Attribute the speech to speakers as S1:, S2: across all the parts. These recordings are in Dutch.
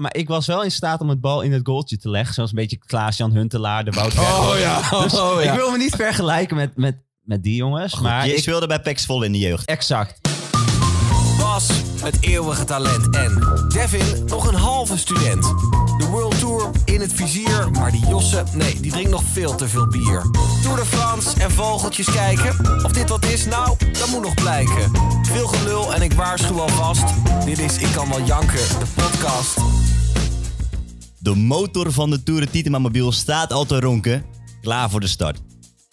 S1: Maar ik was wel in staat om het bal in het goaltje te leggen. Zoals een beetje Klaas-Jan Huntelaar, de Wout
S2: Oh
S1: Weghorst.
S2: ja,
S1: Dus
S2: oh
S1: Ik
S2: ja. Oh,
S1: wil me niet vergelijken met, met, met die jongens. maar
S3: Maar je
S1: Ah, ik,
S3: speelde bij Pax Vol in de jeugd.
S1: exact.
S4: Bas, het eeuwige talent. En Devin, nog een halve student. De World Tour in het vizier, maar die Josse, nee, die drinkt nog veel te veel bier. Tour de France en vogeltjes kijken. Of dit wat is, nou, dat moet nog blijken. Veel gelul en ik waarschuw alvast. Dit is Ik Kan Wel Janken, de podcast.
S3: De motor van de Tour de Titema Mobiel staat al te ronken. Klaar voor de start.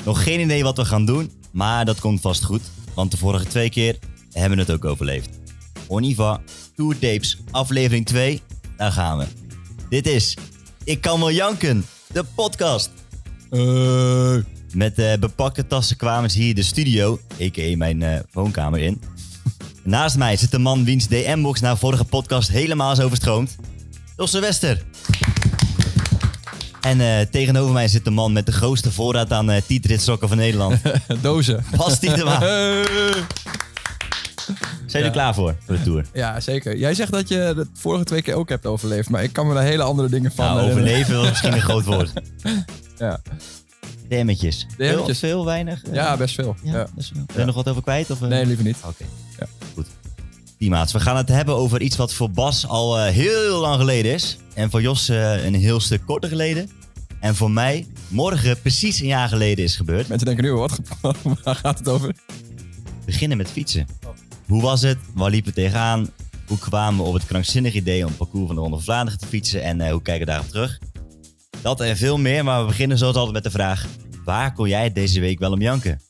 S3: Nog geen idee wat we gaan doen, maar dat komt vast goed. Want de vorige twee keer hebben we het ook overleefd. Oniva, Tour Tapes, aflevering 2. Daar gaan we. Dit is Ik Kan Wel Janken, de podcast. Met eh bepakte tassen kwamen ze hier de studio, a.k.a. mijn eh, woonkamer, in. Naast mij zit een man wiens DM-box na vorige podcast helemaal is overstroomd. Josse Wester. En eh, tegenover mij zit de man met de grootste voorraad aan eh sokken van Nederland.
S2: Dozen.
S3: Bas
S4: Ah.
S3: Tietema.
S2: Eh,
S3: Zijn jullie klaar voor, voor de Tour?
S2: Ja, zeker. Jij zegt dat je de vorige twee keer ook hebt overleefd, maar ik kan me daar hele andere dingen van
S3: Nou,
S2: herinneren.
S3: overleven was misschien een groot woord.
S2: Ja.
S3: DM'tjes. Veel,
S2: DM'tjes.
S3: veel, weinig? Eh,
S2: Ja, best veel.
S3: ja,
S2: Ja.
S3: best wel. Ben je nog wat over kwijt? Of, eh?
S2: Nee, liever niet.
S3: Oké.
S2: Ja.
S3: Goed. Teammaats, we gaan het hebben over iets wat voor Bas al eh, heel lang geleden is. En voor Jos eh, een heel stuk korter geleden. En voor mij morgen precies een jaar geleden is gebeurd.
S2: Mensen denken nu, wat? Waar gaat het over?
S3: We beginnen met fietsen. Hoe was het? Waar liepen we tegenaan? Hoe kwamen we op het krankzinnig idee om het parcours van de Ronde van Vlaanderen te fietsen? En eh, hoe kijken we daarop terug? Dat en veel meer, maar we beginnen zoals altijd met de vraag... Waar kon jij deze week wel om janken?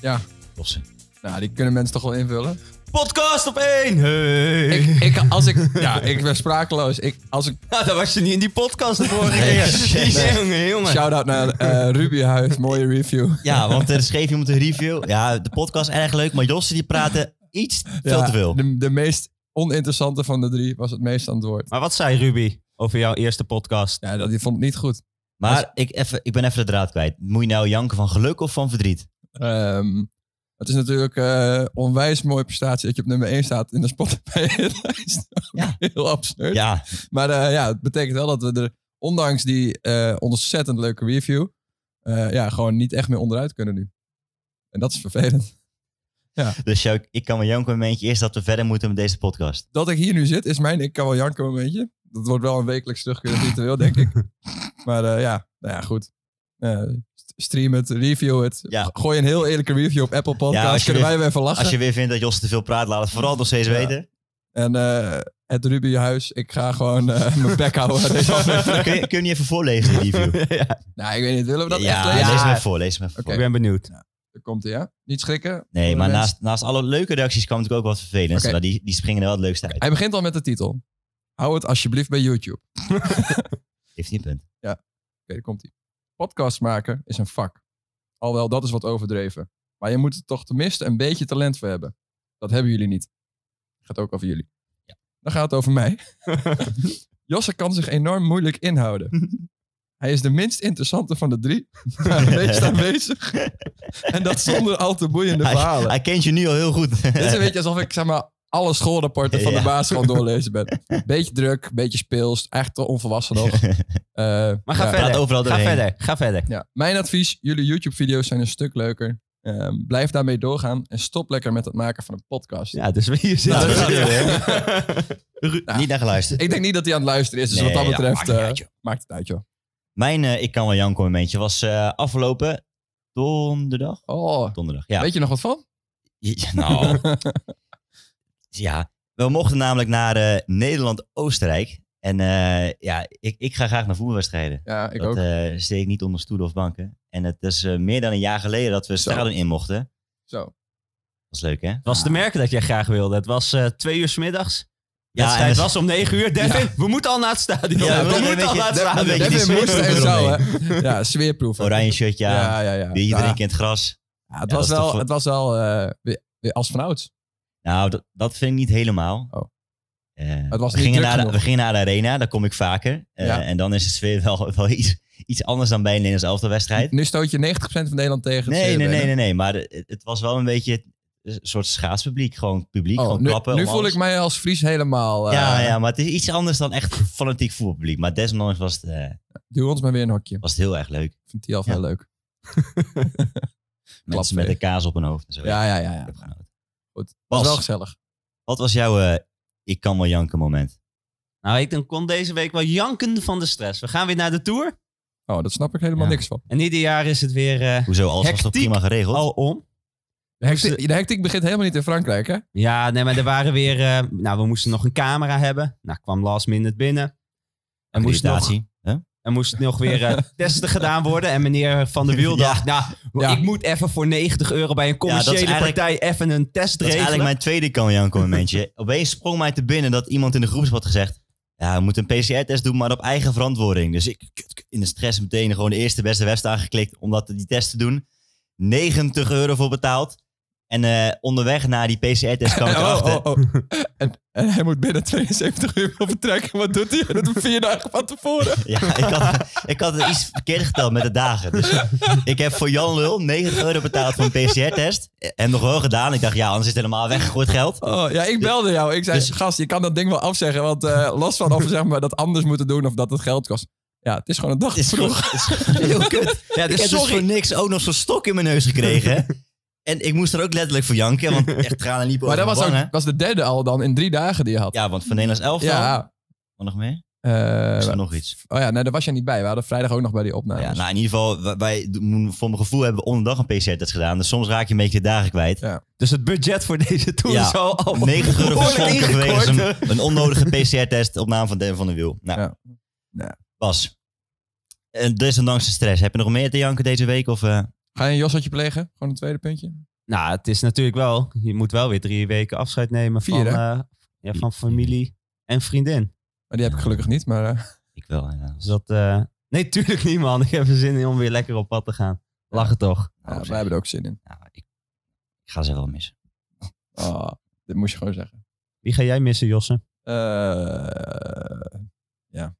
S2: Ja,
S3: Josse.
S2: nou, die kunnen mensen toch wel invullen.
S1: Podcast op één! Hey.
S2: Ik, ik, als ik, ja, ik ben sprakeloos. Ik, als ik,
S1: Nou, dan was je niet in die podcast de vorige keer.
S3: shit.
S1: Nee. Jongen, jongen.
S2: shout-out naar eh Ruby Huis, mooie review.
S3: Ja, want eh, er schreef iemand een review. Ja, de podcast erg leuk, maar Josse die praatte iets veel
S2: Ja,
S3: te veel.
S2: De, de meest oninteressante van de drie was het meest antwoord.
S1: Maar wat zei Ruby over jouw eerste podcast?
S2: Ja, dat, die vond het niet goed.
S3: Maar ik, even, ik ben even de draad kwijt. Moet je nou janken van geluk of van verdriet?
S2: Ehm, het is natuurlijk eh onwijs mooie prestatie dat je op nummer 1 staat in de Spotify-lijst.
S3: Ja.
S2: Heel absurd.
S3: Ja,
S2: Maar eh, ja, het betekent wel dat we er, ondanks die eh, ontzettend leuke review, eh, ja, gewoon niet echt meer onderuit kunnen nu. En dat is vervelend.
S3: dus jou, ik kan mijn janken momentje eerst dat we verder moeten met deze podcast.
S2: Dat ik hier nu zit, is mijn ik kan wel janken momentje. Dat wordt wel een wekelijks terugkerend ritueel, denk ik. Maar eh, ja, nou ja, goed. Eh, st- stream het, review het.
S3: Ja.
S2: Gooi een heel eerlijke review op Apple Podcasts.
S3: Ja, als je
S2: kunnen
S3: weer-
S2: wij weer even lachen.
S3: Als je weer vindt dat Josse te veel praat, laat het vooral nog steeds
S2: Ja.
S3: weten.
S2: En eh, het Rubyhuis, ik ga gewoon eh, mijn bek houden. Deze aflevering.
S3: kun, je, kun je niet even voorlezen, die review?
S1: ja,
S2: nou, ik weet niet, willen we dat echt
S3: ja,
S2: lezen?
S3: lees
S1: Ja.
S3: me voor, lees me even
S2: Oké.
S1: ik
S3: voor.
S1: ben benieuwd.
S2: Daar Komt ie, ja? Niet schrikken.
S3: Nee, maar
S2: Mensen-
S3: naast, naast alle leuke reacties kwam natuurlijk ook wat vervelend.
S2: Oké.
S3: Maar die, die springen er wel het leukste uit.
S2: Hij begint al met de titel. Hou het alsjeblieft bij YouTube. Oké,
S3: Heeft niet een punt.
S2: daar komt ie. Podcast maken is een vak. Alhoewel, dat is wat overdreven. Maar je moet er toch tenminste een beetje talent voor hebben. Dat hebben jullie niet. Gaat ook over jullie. Dan gaat het over mij. Josse kan zich enorm moeilijk inhouden. Hij is de minst interessante van de drie. Maar het meest aanwezig. En dat zonder al te boeiende
S3: Hij,
S2: verhalen.
S3: hij kent je nu al heel goed.
S2: Dit is een beetje alsof ik zeg maar alle schoolrapporten van de
S3: Ja.
S2: baas gewoon doorlezen ben. Beetje druk, beetje speels, echt te onvolwassen nog. Eh,
S1: Maar ga
S2: ja.
S1: verder.
S3: Praat overal
S1: ga
S3: doorheen.
S1: verder. Ga verder.
S2: Ja. Mijn advies, jullie YouTube-video's zijn een stuk leuker. Eh, blijf daarmee doorgaan en stop lekker met het maken van een podcast.
S1: Ja, dus hier zit
S3: Nou,
S1: het.
S3: dat is het weer, hè? Niet naar geluisterd.
S2: Ik denk niet dat hij aan het luisteren is, dus
S3: Nee,
S2: wat dat
S3: ja,
S2: betreft
S3: maakt niet
S2: eh,
S3: uit, joh.
S2: maakt het uit, joh.
S3: Mijn eh, Ik kan wel janken momentje was eh, afgelopen donderdag.
S2: Oh,
S3: Donderdag, ja.
S2: weet je nog wat van?
S3: Ja, Nou, ja. We mochten namelijk naar eh, Nederland-Oostenrijk. En eh, ja, ik, ik ga graag naar voetbalwedstrijden.
S2: Ja, ik
S3: dat
S2: ook.
S3: eh, steek ik niet onder stoelen of banken. En het is eh, meer dan een jaar geleden dat we
S2: Zo.
S3: stadion in mochten. Dat
S2: Zo.
S3: was leuk, hè?
S1: was te merken dat jij graag wilde. Het was eh, twee uur 's middags. Ja,
S3: Ja, en
S1: wedstrijd
S3: dat-
S1: was om negen uur. Devin, we moeten al naar het stadion. we
S3: Ja, dat-
S1: moeten
S3: weet
S1: al
S3: je-
S1: naar het
S3: dat-
S1: stadion.
S3: weet je, die
S2: Devin moest
S3: sfeerproeven
S2: en zo,
S3: eromheen.
S2: hè. Ja, sfeerproeven.
S3: Oranje shirtje aan,
S2: Ja, ja, ja.
S3: bier
S2: Ja,
S3: drinken in het gras.
S2: ja, het,
S3: Ja,
S2: was
S3: dat is toch
S2: wel,
S3: wel-
S2: het was wel eh, weer, weer als vanouds.
S3: Nou, dat, dat vind ik niet helemaal.
S2: Oh.
S3: Eh,
S2: Het was
S3: we,
S2: niet
S3: gingen
S2: druk
S3: naar de,
S2: genoeg.
S3: we gingen naar de arena, daar kom ik vaker. Eh,
S2: Ja.
S3: En dan is de sfeer wel, wel iets, iets anders dan bij een Nederlands elftal wedstrijd.
S2: Nu stoot je 90% van Nederland tegen. het
S3: Nee, nee,
S2: CRB,
S3: nee,
S2: hè?
S3: nee, nee. Maar het, het was wel een beetje een soort schaatspubliek. Gewoon publiek,
S2: Oh,
S3: gewoon
S2: nu
S3: klappen.
S2: nu
S3: om
S2: voel
S3: alles.
S2: ik mij als Fries helemaal... eh,
S3: Ja, ja, maar het is iets anders dan echt fanatiek voetbalpubliek. Maar desondanks was het, eh,
S2: Duw ons maar weer een hokje.
S3: was het heel erg leuk.
S2: Ik vind die al
S3: Ja.
S2: heel leuk.
S3: Mensen met de kaas op hun hoofd en zo.
S2: Ja, ja, ja. ja.
S3: Ik heb genoten.
S2: Goed. Was wel
S3: Bas,
S2: gezellig.
S3: wat was jouw eh, ik kan wel janken moment?
S1: Nou, ik dan kon deze week wel janken van de stress. We gaan weer naar de Tour.
S2: Oh, dat snap ik helemaal
S3: Ja.
S2: niks van.
S1: En ieder jaar is het weer eh,
S3: Hoezo, alles was toch
S1: Hectiek.
S3: prima geregeld?
S2: Oh,
S1: al om.
S2: De hectiek, de hectiek begint helemaal niet in Frankrijk, hè?
S3: Oh,
S1: Ja, nee, maar er waren weer... eh, nou, we moesten nog een camera hebben. Nou, kwam last minute binnen. En moest nog,
S3: Accreditatie, hè?
S1: er moest nog weer eh, testen gedaan worden. En meneer Van der Wiel
S3: Ja.
S1: dacht... Nou,
S2: Ja.
S1: ik moet even voor 90 euro bij een commerciële
S3: eigenlijk-
S1: partij even een test
S3: Dat is
S1: regelen.
S3: eigenlijk mijn tweede kan janken momentje. Opeens sprong mij te binnen dat iemand in de groepsbad had gezegd... Ja, we moeten een PCR-test doen, maar op eigen verantwoording. Dus ik kut, kut, in de stress meteen gewoon de eerste beste website aangeklikt om dat, die test te doen. 90 euro voor betaald. En eh, onderweg naar die PCR-test kwam ik
S2: Oh,
S3: erachter.
S2: oh, oh. En, en hij moet binnen 72 uur wel vertrekken. Wat doet hij? Dat doet hij vier dagen van tevoren.
S3: Ja, ik had, ik had het iets verkeerd geteld met de dagen. Dus ik heb voor Jan Lul 90 euro betaald voor een PCR-test. En nog wel gedaan. Ik dacht, ja, anders is het helemaal weggegooid geld.
S2: Oh, ja, ik belde jou. Ik zei,
S3: Dus-
S2: gast, je kan dat ding wel afzeggen. Want eh, los van of we zeg maar, dat anders moeten doen of dat het geld kost. Ja, het is gewoon een dag
S3: Het is,
S2: vroeg.
S3: gewoon- het is heel kut.
S1: Ja,
S3: ik
S1: dus
S3: heb dus
S1: sorry.
S3: voor niks ook nog zo'n stok in mijn neus gekregen. En ik moest er ook letterlijk voor janken, want echt tranen liepen
S2: Maar
S3: over
S2: dat was,
S3: mijn
S2: ook,
S3: wangen.
S2: was de derde al dan in drie dagen die je had.
S3: Ja, want van Nederlands elftal. Ja.
S2: Ja,
S3: Wat nog meer?
S2: eh,
S3: Is er nog iets?
S2: oh ja nee, daar was jij niet bij. We hadden vrijdag ook nog bij die opnames.
S3: ja, nou, in ieder geval, wij- wij, doen- voor mijn gevoel hebben we onderdag een PCR-test gedaan. Dus soms raak je een beetje de dagen kwijt.
S1: Dus het budget voor deze Tour
S3: Ja.
S1: is al... al
S3: 90 euro
S1: behoorlijk
S3: geschonken
S1: ingekort,
S3: vanwege
S1: hè?
S3: een, een onnodige PCR-test op naam van Den van der Wiel. Nou,
S2: Ja. Ja.
S3: Bas, eh, desondanks de stress, heb je nog meer te janken deze week? Of, eh,
S2: Ga je een Jossatje plegen? Gewoon een tweede puntje?
S1: Nou, het is natuurlijk wel. Je moet wel weer drie weken afscheid nemen
S2: Vier,
S1: van,
S2: hè?
S1: eh, ja, van familie en vriendin.
S2: Maar die heb ik gelukkig niet. Maar
S3: Oh,
S2: eh,
S3: ik wel, ja.
S1: Dus dat. eh, nee, tuurlijk niet, man. Ik heb er zin in om weer lekker op pad te gaan. Lachen toch?
S2: ja,
S3: Nou,
S2: wij hebben er ook zin in.
S3: nou, ik, ik ga ze wel missen.
S2: Oh, dit moest je gewoon zeggen.
S1: Wie ga jij missen, Josse?
S2: Eh, ja.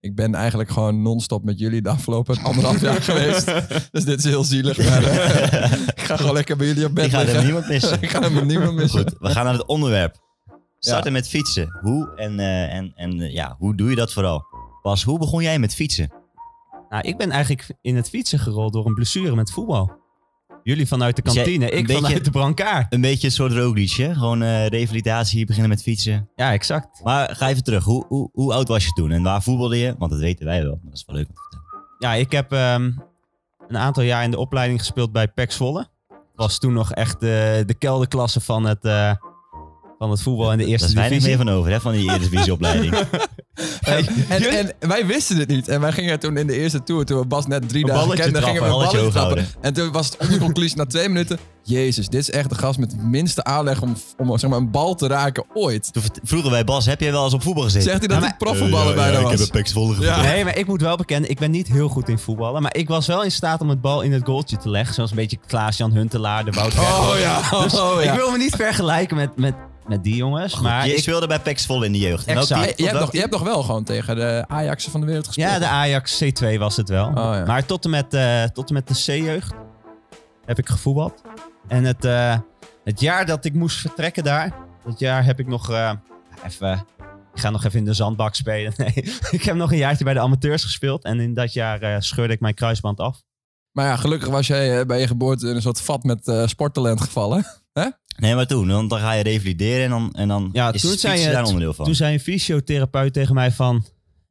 S2: Ik ben eigenlijk gewoon non-stop met jullie de afgelopen anderhalf jaar geweest. Dus dit is heel zielig. Maar, eh, ik ga gewoon lekker bij jullie op bed
S3: Ik ga er
S2: liggen.
S3: niemand missen.
S2: ik ga helemaal niemand missen.
S3: Goed, we gaan naar het onderwerp. Starten met fietsen. Hoe en, eh, en, en eh, ja, hoe doe je dat vooral? Bas, hoe begon jij met fietsen?
S1: Nou, ik ben eigenlijk in het fietsen gerold door een blessure met voetbal. Jullie vanuit de
S3: Dus jij-
S1: kantine,
S3: een
S1: ik
S3: beetje-
S1: vanuit de brancard.
S3: Een beetje een soort rookliedje. Gewoon eh, revalidatie, beginnen met fietsen.
S1: Ja, exact.
S3: Maar ga even terug. Hoe, hoe, hoe oud was je toen en waar voetbalde je? Want dat weten wij wel. maar Dat is wel leuk om te vertellen.
S1: Ja, ik heb ehm, een aantal jaar in de opleiding gespeeld bij PEC Zwolle. Het Was toen nog echt de, de kelderklasse van het, eh, van het voetbal in de
S3: Daar
S1: eerste
S3: is weinig
S1: divisie.
S3: meer van over, hè, van die Eredivisieopleiding.
S2: En, en wij wisten dit niet. En wij gingen toen in de eerste tour, toen we Bas net drie
S1: Een
S2: dagen
S1: balletje
S2: kenden,
S1: trappen,
S2: gingen we een
S3: balletje
S2: balletje trappen.
S3: hooghouden.
S2: En toen was het onze conclusie na twee minuten... Jezus, dit is echt de gast met de minste aanleg om, om zeg maar, een bal te raken ooit.
S3: toen vert- vroegen wij Bas, heb jij wel eens op voetbal gezeten?
S2: Zegt hij dat
S1: Ja,
S2: hij profvoetballer bijna was?
S3: Pex Volle
S2: Ja.
S3: gevoetbald.
S1: Nee, maar ik moet wel bekennen, ik ben niet heel goed in voetballen. Maar ik was wel in staat om het bal in het goaltje te leggen. Zoals een beetje Klaas-Jan Huntelaar, de Wout
S2: Oh
S1: Weghorst.
S2: ja, oh ja.
S1: Ik wil me niet vergelijken met, met, met die jongens. maar
S3: je
S1: ik,
S3: speelde bij Pex Volle in de jeugd. En welk
S1: Exact.
S3: team-
S2: Je hebt,
S3: welk
S2: nog, je hebt nog wel gewoon tegen de Ajaxen van de wereld gespeeld.
S1: ja, de Ajax C2 was het wel.
S2: Oh, ja.
S1: Maar tot en, met, eh, tot en met de C-jeugd heb ik gevoetbald. En het, eh, het jaar dat ik moest vertrekken daar, dat jaar heb ik nog eh, even... Ik ga nog even in de zandbak spelen. Nee, ik heb nog een jaartje bij de amateurs gespeeld. En in dat jaar eh, scheurde ik mijn kruisband af.
S2: Maar ja, gelukkig was jij eh, bij je geboorte in een soort vat met eh, sporttalent gevallen.
S3: Nee, maar toen, want dan ga je revalideren en dan, en dan
S1: Ja,
S3: is
S1: toen
S3: fietsen
S1: zei je-
S3: daar een onderdeel van.
S1: Toen zei een fysiotherapeut tegen mij van...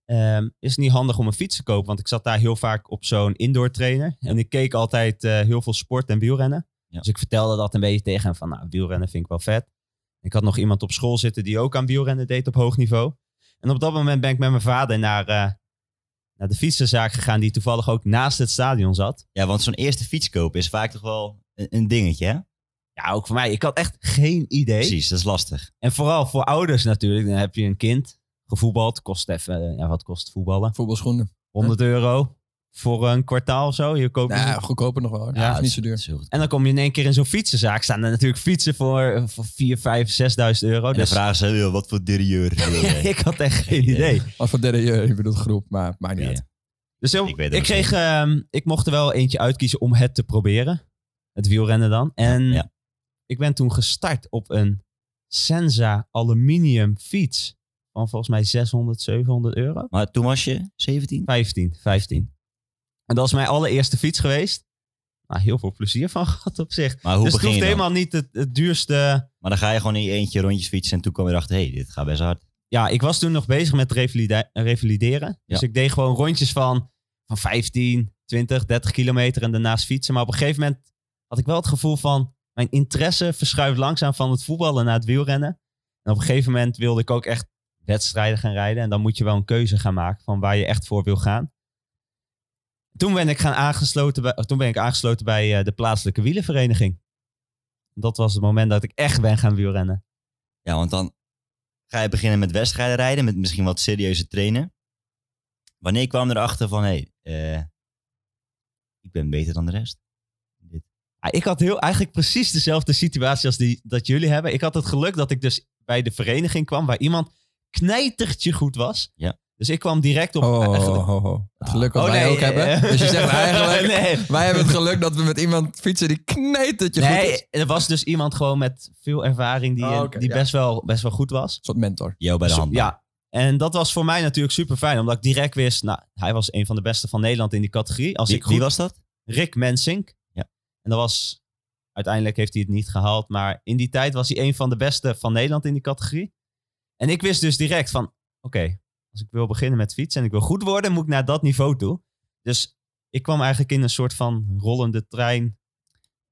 S1: ehm, is het niet handig om een fiets te kopen? Want ik zat daar heel vaak op zo'n indoor trainer. En ik keek altijd eh, heel veel sport en wielrennen.
S3: Ja.
S1: Dus ik vertelde dat een beetje tegen hem van... Nou, wielrennen vind ik wel vet. Ik had nog iemand op school zitten die ook aan wielrennen deed op hoog niveau. En op dat moment ben ik met mijn vader naar, eh, naar de fietsenzaak gegaan... die toevallig ook naast het stadion zat.
S3: Ja, want zo'n eerste fiets kopen is vaak toch wel een, een dingetje, hè?
S1: Ja, ook voor mij. Ik had echt geen idee.
S3: Precies, dat is lastig.
S1: En vooral voor ouders natuurlijk. Dan heb je een kind gevoetbald. Kost even... eh, Ja, wat kost voetballen?
S2: Voetbalschoenen.
S1: 100 euro voor een kwartaal of zo. Je koopt
S2: Nou,
S1: een-
S2: goedkoper nog wel. hoor.
S1: Ja,
S2: Ja, is
S3: dat
S2: niet zo duur.
S3: dat is heel goed.
S1: En dan kom je in één keer in zo'n fietsenzaak. Staan er natuurlijk fietsen voor, voor 4, 5, 6.000 euro.
S3: En dan
S1: Dus
S3: vragen ze, "Yo, wat voor derieur wil jij?"
S1: ik had echt geen idee.
S2: Als voor derde jeugd, je bedoelt groep, maar maakt niet
S3: Ja.
S2: uit.
S1: Dus heel-
S3: Ik
S1: ik,
S3: weet het ook
S1: kreeg, ehm, ik mocht er wel eentje uitkiezen om het te proberen. Het wielrennen dan. En
S3: Ja.
S1: ik ben toen gestart op een Senza aluminium fiets. Van volgens mij 600, 700 euro.
S3: Maar toen was je 17?
S1: 15, 15. En dat is mijn allereerste fiets geweest. Nou, heel veel plezier van gehad op zich.
S3: Maar hoe
S1: dus het
S3: begin
S1: hoeft
S3: je dan?
S1: helemaal niet het, het duurste.
S3: Maar dan ga je gewoon in je eentje rondjes fietsen en toen kwam je erachter, hé, hey, dit gaat best hard.
S1: Ja, ik was toen nog bezig met revalide- revalideren. Dus ik deed gewoon rondjes van, van 15, 20, 30 kilometer en daarnaast fietsen. Maar op een gegeven moment had ik wel het gevoel van... mijn interesse verschuift langzaam van het voetballen naar het wielrennen. En op een gegeven moment wilde ik ook echt wedstrijden gaan rijden. En dan moet je wel een keuze gaan maken van waar je echt voor wil gaan. Toen ben ik, gaan aangesloten, bij, of toen ben ik aangesloten bij eh, de plaatselijke wielenvereniging. Dat was het moment dat ik echt ben gaan wielrennen.
S3: Ja, want dan ga je beginnen met wedstrijden rijden, met misschien wat serieuze trainen. Wanneer kwam je erachter van, hé, hey, eh, ik ben beter dan de rest?
S1: Ja, Ah, ik had heel, eigenlijk precies dezelfde situatie als die dat jullie hebben. Ik had het geluk dat ik dus bij de vereniging kwam waar iemand knijtertje goed was.
S3: Ja.
S1: Dus ik kwam direct op...
S2: Oh,
S1: eigenlijk-
S2: oh, oh, oh. Het geluk wat
S1: Oh,
S2: wij
S1: nee,
S2: ook
S1: eh,
S2: hebben. Dus je zegt eigenlijk,
S1: nee,
S2: wij hebben het geluk dat we met iemand fietsen die knijtertje goed is.
S1: nee, er was dus iemand gewoon met veel ervaring die,
S2: Oh,
S1: eh,
S2: oké,
S1: die
S2: ja.
S1: best, wel, best wel goed was.
S2: Een soort mentor.
S3: Jou bij de
S1: Zo-
S3: hand.
S1: Ja. En dat was voor mij natuurlijk super fijn, omdat ik direct wist, nou, hij was een van de beste van Nederland in die categorie. Als
S3: Wie,
S1: ik goed
S3: wie was dat?
S1: Rick Mensink.
S3: Ja.
S1: En dat was, uiteindelijk heeft hij het niet gehaald, maar in die tijd was hij een van de beste van Nederland in die categorie. En ik wist dus direct van, oké, als ik wil beginnen met fietsen en ik wil goed worden, moet ik naar dat niveau toe. Dus ik kwam eigenlijk in een soort van rollende trein.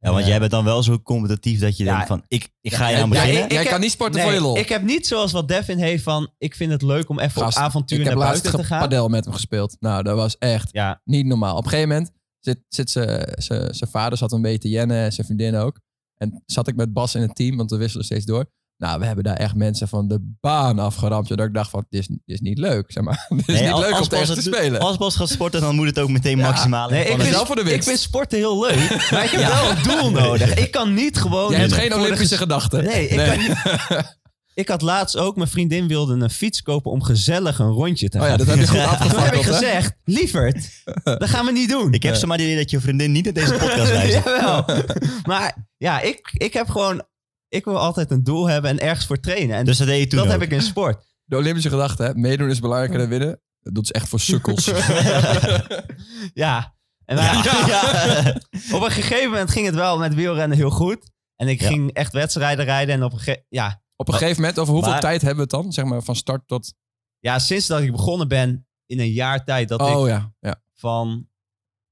S3: Ja, want
S1: Eh,
S3: jij bent dan wel zo competitief dat je
S1: Ja,
S3: denkt van, ik, ik ga je
S2: Ja,
S3: aan
S2: jij-
S3: beginnen.
S1: Ik
S2: jij
S1: heb-
S2: kan niet sporten voor je lol.
S1: ik heb niet zoals wat Devin heeft van, ik vind het leuk om even
S2: Gast,
S1: op avontuur
S2: ik
S1: naar
S2: heb laatst
S1: buiten te
S2: ge-
S1: gaan.
S2: padel met hem gespeeld. Nou, dat was echt
S1: Ja,
S2: niet normaal. Op een gegeven moment zit, zit ze- ze- zijn vader zat een beetje te jennen en zijn vriendin ook. En zat ik met Bas in het team, want we wisselen steeds door. Nou, we hebben daar echt mensen van de baan afgeramd. Zodat ik dacht van, dit is, dit is niet leuk, zeg maar. Dit is
S3: Nee,
S2: niet
S3: als-
S2: leuk om
S3: als Bas
S2: tegen te
S3: het oh, doet-
S2: spelen.
S3: Als Bas gaat sporten, dan moet het ook meteen maximaal.
S1: nee, ik
S3: inspannen.
S1: vind,
S2: zelf voor de
S1: ik
S2: winst.
S1: vind sporten heel leuk, maar ik heb wel een doel nodig. Ik kan niet gewoon...
S2: Je hebt
S1: voor
S2: geen
S1: de
S2: Olympische gedachten.
S1: Nee, ik kan Ik had laatst ook, mijn vriendin wilde een fiets kopen om gezellig een rondje te
S2: Oh
S1: gaan.
S2: ja, dat heb je goed
S1: Toen heb ik
S2: afgefakkeld, hè?
S1: gezegd, lieverd, dat gaan we niet doen.
S3: Ik heb zomaar het idee dat je vriendin niet naar deze podcast luistert.
S1: Jawel. Maar ja, ik, ik heb gewoon, ik wil altijd een doel hebben en ergens voor trainen. En
S3: Dus dat deed je toen
S1: dat
S3: ook.
S1: heb ik in sport.
S2: De Olympische gedachte, hè? meedoen is belangrijker dan winnen. Dat is echt voor sukkels.
S1: Ja. En wij-
S3: Ja.
S1: Op een gegeven moment ging het wel met wielrennen heel goed. En ik
S3: Ja.
S1: ging echt wedstrijden rijden. En op een gegeven ja,
S2: Op een gegeven moment, over hoeveel
S3: Maar-
S2: tijd hebben we het dan? Zeg maar van start tot...
S1: ja, sinds dat ik begonnen ben, in een jaar tijd, dat ik
S2: Oh ja, ja.
S1: van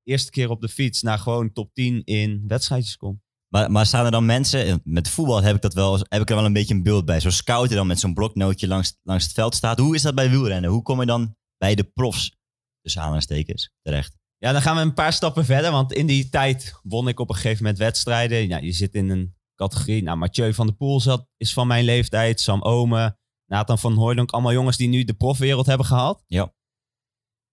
S1: eerste keer op de fiets naar gewoon top 10 in wedstrijdjes kom.
S3: Maar, maar staan er dan mensen, met voetbal heb ik, dat wel, heb ik er wel een beetje een beeld bij. Zo'n scout die dan met zo'n bloknootje langs, langs het veld staat. Hoe is dat bij wielrennen? Hoe kom je dan bij de profs, tussen aanhalingstekens, terecht?
S1: Ja, dan gaan we een paar stappen verder. Want in die tijd won ik op een gegeven moment wedstrijden. Nou, je zit in een categorie. Nou, Mathieu van der Poel zat, is van mijn leeftijd. Sam Omen, Nathan van Hooydonk. Allemaal jongens die nu de profwereld hebben gehaald.
S3: Ja.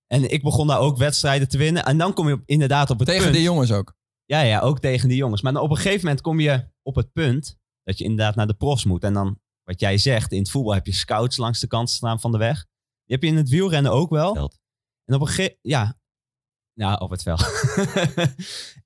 S1: En ik begon daar ook wedstrijden te winnen. En dan kom je op, inderdaad op het
S2: Tegen
S1: punt.
S2: die jongens ook.
S1: Ja, ja, ook tegen die jongens. Maar dan op een gegeven moment kom je op het punt dat je inderdaad naar de profs moet. En dan, wat jij zegt, in het voetbal heb je scouts langs de kant staan van de weg. Die heb je in het wielrennen ook wel.
S3: Veld.
S1: En op een gegeven ja. Nou, op het veld.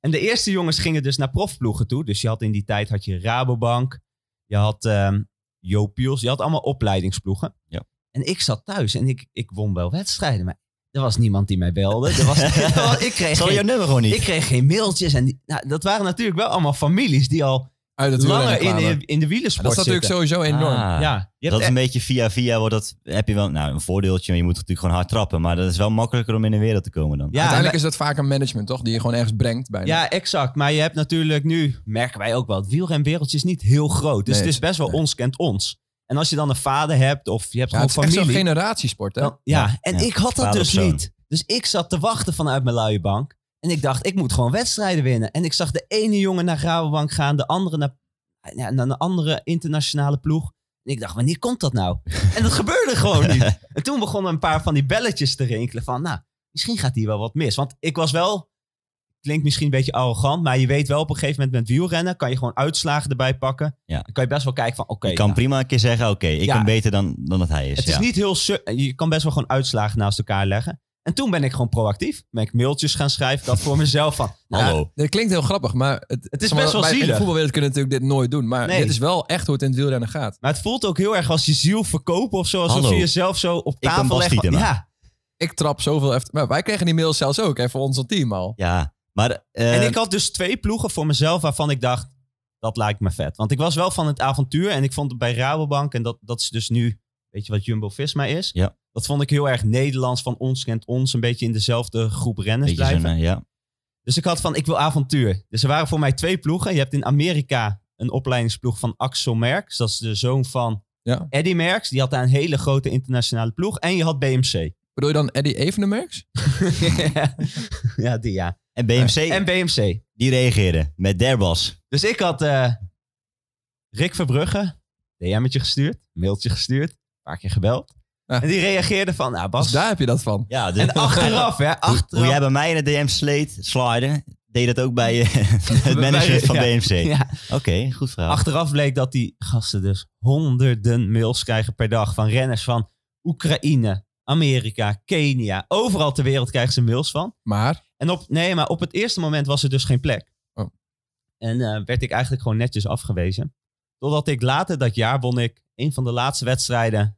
S1: en de eerste jongens gingen dus naar profploegen toe. Dus je had in die tijd had je Rabobank, je had ehm Jo Piels, je had allemaal opleidingsploegen.
S3: Ja.
S1: En ik zat thuis en ik, ik won wel wedstrijden, maar er was niemand die mij belde. Er was, er was- ik kreeg
S3: Zal
S1: geen-
S3: jouw nummer gewoon niet?
S1: ik kreeg geen mailtjes. En die- nou, dat waren natuurlijk wel allemaal families die al
S2: Uit het
S1: langer
S2: wielrennen
S1: in,
S2: kwamen.
S1: de- in de
S2: Maar
S1: wielersport
S2: Dat is natuurlijk
S1: zitten.
S2: sowieso enorm.
S3: Ah,
S1: Ja, je
S3: dat
S1: hebt e-
S3: is een beetje via via, wordt dat, heb je wel nou, een voordeeltje. maar Je moet natuurlijk gewoon hard trappen. Maar dat is wel makkelijker om in de wereld te komen dan.
S1: Ja,
S2: Uiteindelijk is dat vaak een management, toch? Die je gewoon ergens brengt bijna.
S1: Ja, exact. Maar je hebt natuurlijk nu, merken wij ook wel, het wielrenwereldje is niet heel groot. Dus
S2: Nee,
S1: het is best wel
S2: nee.
S1: ons kent ons. En als je dan een vader hebt of je hebt
S2: Ja, het
S1: gewoon
S2: is echt zo'n
S1: familie.
S2: generatiesport, hè?
S1: dan- ja.
S3: Ja,
S1: en
S3: ja.
S1: ik had dat
S3: Vader
S1: dus
S3: op zoon.
S1: niet. Dus ik zat te wachten vanuit mijn luie bank. En ik dacht, ik moet gewoon wedstrijden winnen. En ik zag de ene jongen naar Rabobank gaan, de andere naar, ja, naar een andere internationale ploeg. En ik dacht, wanneer komt dat nou? En dat gebeurde gewoon niet. En toen begonnen een paar van die belletjes te rinkelen van, nou, misschien gaat hier wel wat mis. Want ik was wel, klinkt misschien een beetje arrogant, maar je weet wel op een gegeven moment met wielrennen kan je gewoon uitslagen erbij pakken.
S3: Ja.
S1: Dan kan je best wel kijken van, oké.
S3: je kan
S1: nou,
S3: prima een keer zeggen, oké, ik
S1: Ja.
S3: ben beter dan, dan dat hij is.
S1: het is
S3: ja.
S1: niet heel... su- Je kan best wel gewoon uitslagen naast elkaar leggen. En toen ben ik gewoon proactief. Ben ik mailtjes gaan schrijven. Dat voor mezelf van. nou,
S3: Hallo.
S2: Dat klinkt heel grappig, maar het,
S1: is
S2: zeg maar,
S1: best wel
S2: wij In de
S1: zielig.
S2: voetbalwereld kunnen natuurlijk dit nooit doen. Maar
S1: Nee.
S2: dit is wel echt hoe het in het wielrennen gaat.
S1: Maar het voelt ook heel erg als je ziel verkopen of zo. Alsof
S3: Hallo.
S1: je jezelf zo op
S3: ben
S1: tafel
S3: Bas
S1: legt. van,
S3: Dietema.
S1: Ja.
S2: Ik trap zoveel efter. Maar wij kregen die mail zelfs ook, hè, voor ons team al.
S3: Ja, maar... eh,
S1: En ik had dus twee ploegen voor mezelf waarvan ik dacht, dat lijkt me vet. Want ik was wel van het avontuur en ik vond het bij Rabobank, en dat, dat is dus nu, weet je wat Jumbo-Visma is?
S3: Ja.
S1: Dat vond ik heel erg Nederlands, van ons kent ons, een beetje in dezelfde groep renners
S3: Beetje zo'n,
S1: blijven.
S3: eh, ja.
S1: Dus ik had van, ik wil avontuur. Dus er waren voor mij twee ploegen. Je hebt in Amerika een opleidingsploeg van Axel Merckx. Dat is de zoon van
S2: Ja.
S1: Eddy Merckx. Die had daar een hele grote internationale ploeg. En je had BMC.
S2: Bedoel je dan Eddie Evenemerks? Dus
S1: ja, die ja.
S3: En BMC,
S1: En BMC.
S3: die reageerde met Derbas.
S1: Dus ik had eh, Rick Verbrugge, DM'tje gestuurd, mailtje gestuurd, een paar keer gebeld.
S2: Ja.
S1: En die reageerde van, nou Bas.
S2: Dus daar heb je dat van.
S3: Ja, dus
S1: En achteraf, hè,
S3: Hoe,
S1: achteraf.
S3: hoe jij bij mij in de DM sleet, slide, deed dat ook bij eh, het
S1: Bij-
S3: manager van
S1: ja.
S3: BMC.
S1: Ja,
S3: Oké, goed verhaal.
S1: achteraf bleek dat die gasten dus honderden mails krijgen per dag van renners van Oekraïne, Amerika, Kenia. Overal ter wereld krijgen ze mails van.
S2: Maar
S1: En op, nee, maar op het eerste moment was er dus geen plek.
S2: Oh.
S1: En eh, werd ik eigenlijk gewoon netjes afgewezen. Totdat ik later dat jaar won ik een van de laatste wedstrijden.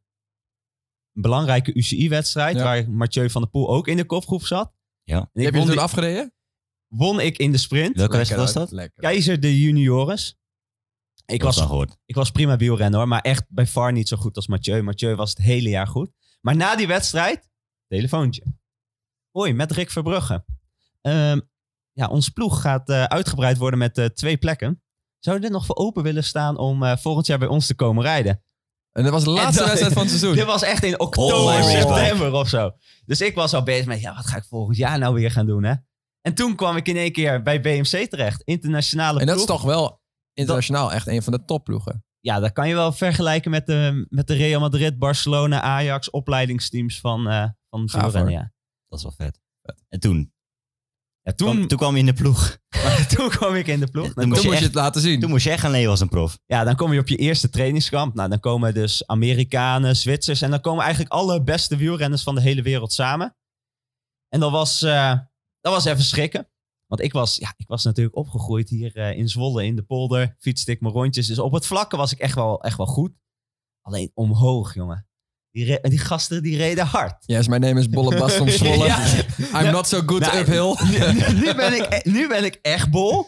S1: Een belangrijke UCI-wedstrijd.
S2: Ja.
S1: Waar Mathieu van der Poel ook in de kopgroep zat.
S3: Ja.
S1: En ik
S2: heb je
S1: won,
S2: het toen
S1: die-
S2: afgereden?
S1: won ik in de sprint.
S2: Lekker
S3: Welke wedstrijd was
S2: uit,
S3: dat?
S2: Lekker.
S1: Keizer de juniores. Ik
S3: Ik was
S1: was,
S3: al gehoord.
S1: ik was prima wielrenner hoor. Maar echt bij far niet zo goed als Mathieu. Mathieu was het hele jaar goed. Maar na die wedstrijd, telefoontje. Hoi, met Rick Verbrugge. Ehm, ja, ons ploeg gaat eh, uitgebreid worden met eh, twee plekken. Zou je er nog voor open willen staan om eh, volgend jaar bij ons te komen rijden?
S2: En dat was de laatste
S1: En dat-
S2: wedstrijd van het
S1: Dit
S2: seizoen.
S1: was echt in oktober,
S3: Oh,
S1: september of zo. Dus ik was al bezig met, ja, wat ga ik volgend jaar nou weer gaan doen, hè? En toen kwam ik in één keer bij BMC terecht. Internationale
S2: En dat is
S1: ploeg.
S2: toch wel internationaal echt een van de topploegen.
S1: ja, dat kan je wel vergelijken met de, met de Real Madrid, Barcelona, Ajax opleidingsteams van, eh van het
S2: Gaaf, hoor.
S1: wielrennen, ja.
S3: Dat is wel vet. En toen,
S1: Ja,
S3: toen,
S1: toen,
S3: toen kwam je in de ploeg.
S1: toen kwam ik in de ploeg. Dan
S2: Toen
S3: Toen
S1: kom,
S2: moest
S3: moest je
S2: je
S3: echt-
S2: het laten zien.
S3: Toen moest je echt gaan leven als een prof.
S1: ja, dan kom je op je eerste trainingskamp. Nou, dan komen dus Amerikanen, Zwitsers en dan komen eigenlijk alle beste wielrenners van de hele wereld samen. En dat was, eh, dat was even schrikken. Want ik was, ja, ik was natuurlijk opgegroeid hier eh, in Zwolle, in de polder. Fietste ik mijn rondjes. Dus op het vlakke was ik echt wel, echt wel goed. Alleen omhoog, jongen. Die, re- die gasten die reden hard.
S2: Yes, mijn name is Bolle Bas van Zwolle.
S1: Ja.
S2: I'm not so good
S1: Nou,
S2: uphill.
S1: nu, nu ben ik, e- nu ben ik echt bol.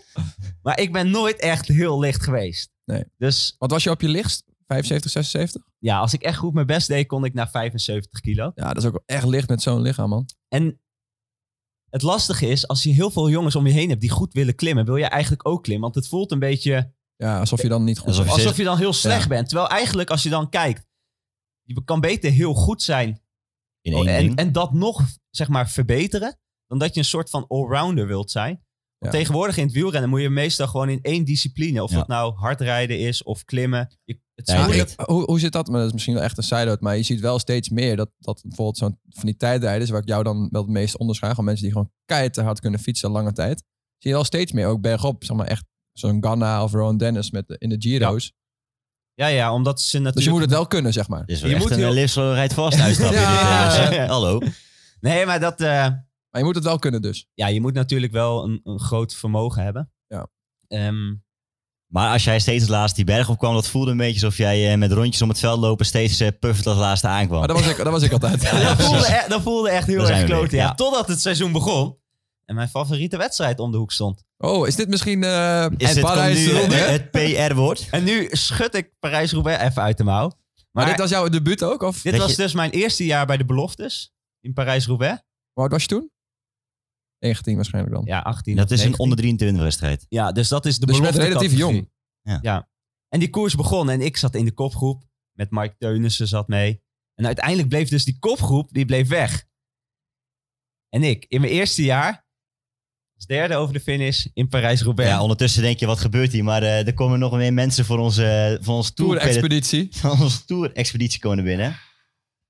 S1: Maar ik ben nooit echt heel licht geweest.
S2: Nee.
S1: Dus
S2: Wat was je op je lichtst? 75, 76?
S1: ja, als ik echt goed mijn best deed, kon ik naar 75 kilo.
S2: Ja, dat is ook wel echt licht met zo'n lichaam, man.
S1: En het lastige is, als je heel veel jongens om je heen hebt die goed willen klimmen, wil je eigenlijk ook klimmen. Want het voelt een beetje
S2: Ja, alsof je dan niet goed
S3: Alsof
S2: bent.
S3: je-
S1: alsof je dan heel slecht bent. Terwijl eigenlijk, als je dan kijkt, je kan beter heel goed zijn
S3: In één
S1: Oh, en,
S3: ding.
S1: en dat nog, zeg maar, verbeteren. Dan dat je een soort van allrounder wilt zijn. Want
S2: Ja.
S1: tegenwoordig in het wielrennen moet je meestal gewoon in één discipline. Of
S3: Ja.
S1: dat nou hardrijden is of klimmen. Je, het is
S3: Ja, je
S2: Hoe,
S1: moeilijk.
S3: weet.
S2: hoe, hoe zit dat? Maar dat is misschien wel echt een side-out. Maar je ziet wel steeds meer dat, dat bijvoorbeeld zo'n van die tijdrijders... waar ik jou dan wel het meest onderschaag... van mensen die gewoon keihard te hard kunnen fietsen lange tijd... zie je wel steeds meer ook bergop. Zeg maar echt zo'n Ganna of Rowan Dennis met de- in de Giro's.
S1: ja, ja, omdat ze natuurlijk...
S2: Dus je moet het wel kunnen, zeg maar.
S3: Dit is wel
S1: je
S3: echt
S1: moet
S3: een
S1: heel-
S3: heel... rijdt vast uitstapje.
S2: Ja.
S3: dit, eh, jongens. Hallo.
S1: Nee, maar dat... eh,
S2: Maar je moet het wel kunnen dus.
S1: ja, je moet natuurlijk wel een, een groot vermogen hebben.
S2: Ja.
S1: Ehm,
S3: Maar als jij steeds als laatste die berg op kwam, dat voelde een beetje alsof jij eh, met rondjes om het veld lopen steeds eh perfect als laatste aankwam.
S2: Maar Oh, dat was ik, dat was ik altijd.
S1: ja, dat, voelde e- dat voelde echt heel
S3: Daar
S1: erg
S3: zijn we weer,
S1: klote, ja.
S3: ja.
S1: Totdat het seizoen begon. En mijn favoriete wedstrijd om de hoek stond.
S2: Oh, is dit misschien eh
S3: Is
S2: het
S3: dit komt
S2: paradijs
S3: nu
S2: eronder?
S3: het, het PR-woord?
S1: En nu schud ik Parijs-Roubaix even uit de mouw.
S2: Maar
S1: Maar
S2: dit was jouw debuut ook? Of
S1: Dit
S3: Weet
S1: was
S3: je-
S1: dus mijn eerste jaar bij de beloftes in Parijs-Roubaix.
S2: hoe oud was je toen? 19 waarschijnlijk dan.
S1: Ja, 18.
S3: Dat is een
S1: 19.
S3: onder 23 wedstrijd.
S1: Ja, dus dat is de
S2: Dus je bent
S1: belofte
S2: relatief
S1: categorie.
S2: jong.
S3: Ja.
S1: ja. En die koers begon en ik zat in de kopgroep. Met Mike Teunissen zat mee. En uiteindelijk bleef dus die kopgroep, die bleef weg. En ik, in mijn eerste jaar, als derde over de finish in Parijs-Roubaix.
S3: Ja, ondertussen denk je, wat gebeurt hier? Maar eh, er komen nog meer mensen voor onze, eh, voor ons tour
S2: Tour-expeditie.
S3: van onze tour-expeditie komen er binnen.